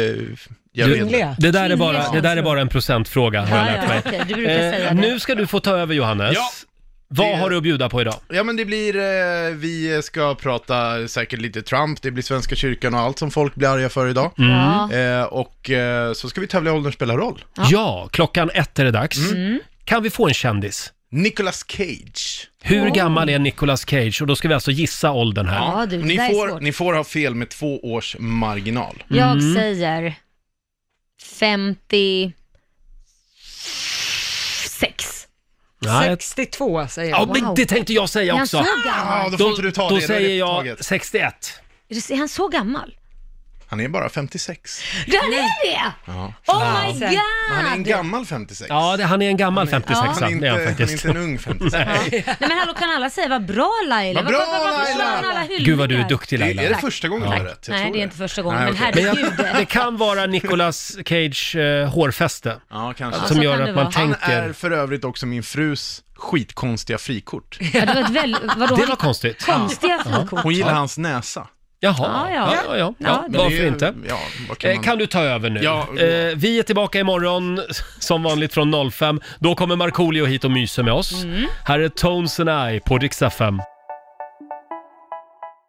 Speaker 15: jag
Speaker 1: Du,
Speaker 15: vet inte.
Speaker 1: det, där är bara, det där är bara en procentfråga har jag
Speaker 15: Ja,
Speaker 1: lärt
Speaker 15: ja,
Speaker 1: mig. Eh,
Speaker 15: okej, du brukar säga det.
Speaker 1: nu ska du få ta över Johannes.
Speaker 15: Ja.
Speaker 1: Vad
Speaker 15: Det-
Speaker 1: har du att bjuda på idag?
Speaker 15: Ja men det blir, eh, vi ska prata säkert lite Trump, det blir Svenska kyrkan och allt som folk blir arga för idag.
Speaker 1: Mm. Ja.
Speaker 15: Eh, och eh, så ska vi tävla i Åldern spelar roll. Mm.
Speaker 1: Ja. klockan ett är det dags. Kan vi få en kändis?
Speaker 15: Nicolas Cage.
Speaker 1: Hur gammal är Nicolas Cage? Och då ska vi alltså gissa åldern här.
Speaker 3: Ja, du, det
Speaker 15: ni,
Speaker 3: där är
Speaker 15: får,
Speaker 3: svårt.
Speaker 15: ni får ha fel med två års marginal.
Speaker 3: Jag
Speaker 1: Mm.
Speaker 3: säger 56.
Speaker 1: Nej.
Speaker 2: 62 säger
Speaker 1: Ja,
Speaker 2: jag.
Speaker 1: men det tänkte jag
Speaker 3: Är
Speaker 1: säga
Speaker 3: han
Speaker 1: också. Ah,
Speaker 3: så gammal? Ja, då får inte du ta
Speaker 1: då
Speaker 3: det, då är det
Speaker 1: säger jag 61.
Speaker 3: Är han så gammal?
Speaker 15: Han är bara 56.
Speaker 3: Det är det!
Speaker 15: Ja.
Speaker 3: Oh my god!
Speaker 15: Men han är en gammal 56.
Speaker 1: Ja, det, han är en gammal
Speaker 15: Han är-
Speaker 1: 56
Speaker 15: han är
Speaker 1: det är han
Speaker 15: inte-
Speaker 1: faktiskt.
Speaker 15: han är inte en ung 56.
Speaker 1: Nej.
Speaker 3: Nej men hallå kan alla säga vad bra Laila?
Speaker 1: Vad bra,
Speaker 3: Varför- varför slår
Speaker 1: Laila!
Speaker 3: han alla hyllningar?
Speaker 1: Gud vad du är duktig Laila.
Speaker 15: Är det första gången du har rätt?
Speaker 3: Nej det är inte första gången
Speaker 1: Nej,
Speaker 3: men
Speaker 1: okej.
Speaker 3: herregud.
Speaker 1: Men jag- det kan vara Nicolas Cage eh, hårfäste.
Speaker 15: Ja,
Speaker 1: Som gör att man
Speaker 15: Han är
Speaker 1: Alltså, tänker...
Speaker 15: för övrigt också min frus skitkonstiga frikort.
Speaker 3: Ja, det var ett väl, vadå,
Speaker 15: Det var
Speaker 3: har ni-
Speaker 15: konstigt.
Speaker 3: Konstiga
Speaker 15: Ja.
Speaker 3: frikort.
Speaker 15: Hon gillar hans näsa.
Speaker 1: Jaha, ja, ja, ja. ja.
Speaker 15: men
Speaker 1: varför
Speaker 15: det är-
Speaker 1: inte?
Speaker 15: Ja, vad kan,
Speaker 1: Kan,
Speaker 15: man...
Speaker 1: kan du ta över nu?
Speaker 15: Ja.
Speaker 1: Eh, vi är tillbaka imorgon <laughs> som vanligt
Speaker 15: Mm.
Speaker 1: från 05. Då kommer Markoolio hit och myser med oss. Här är Tones and I på Dix FM.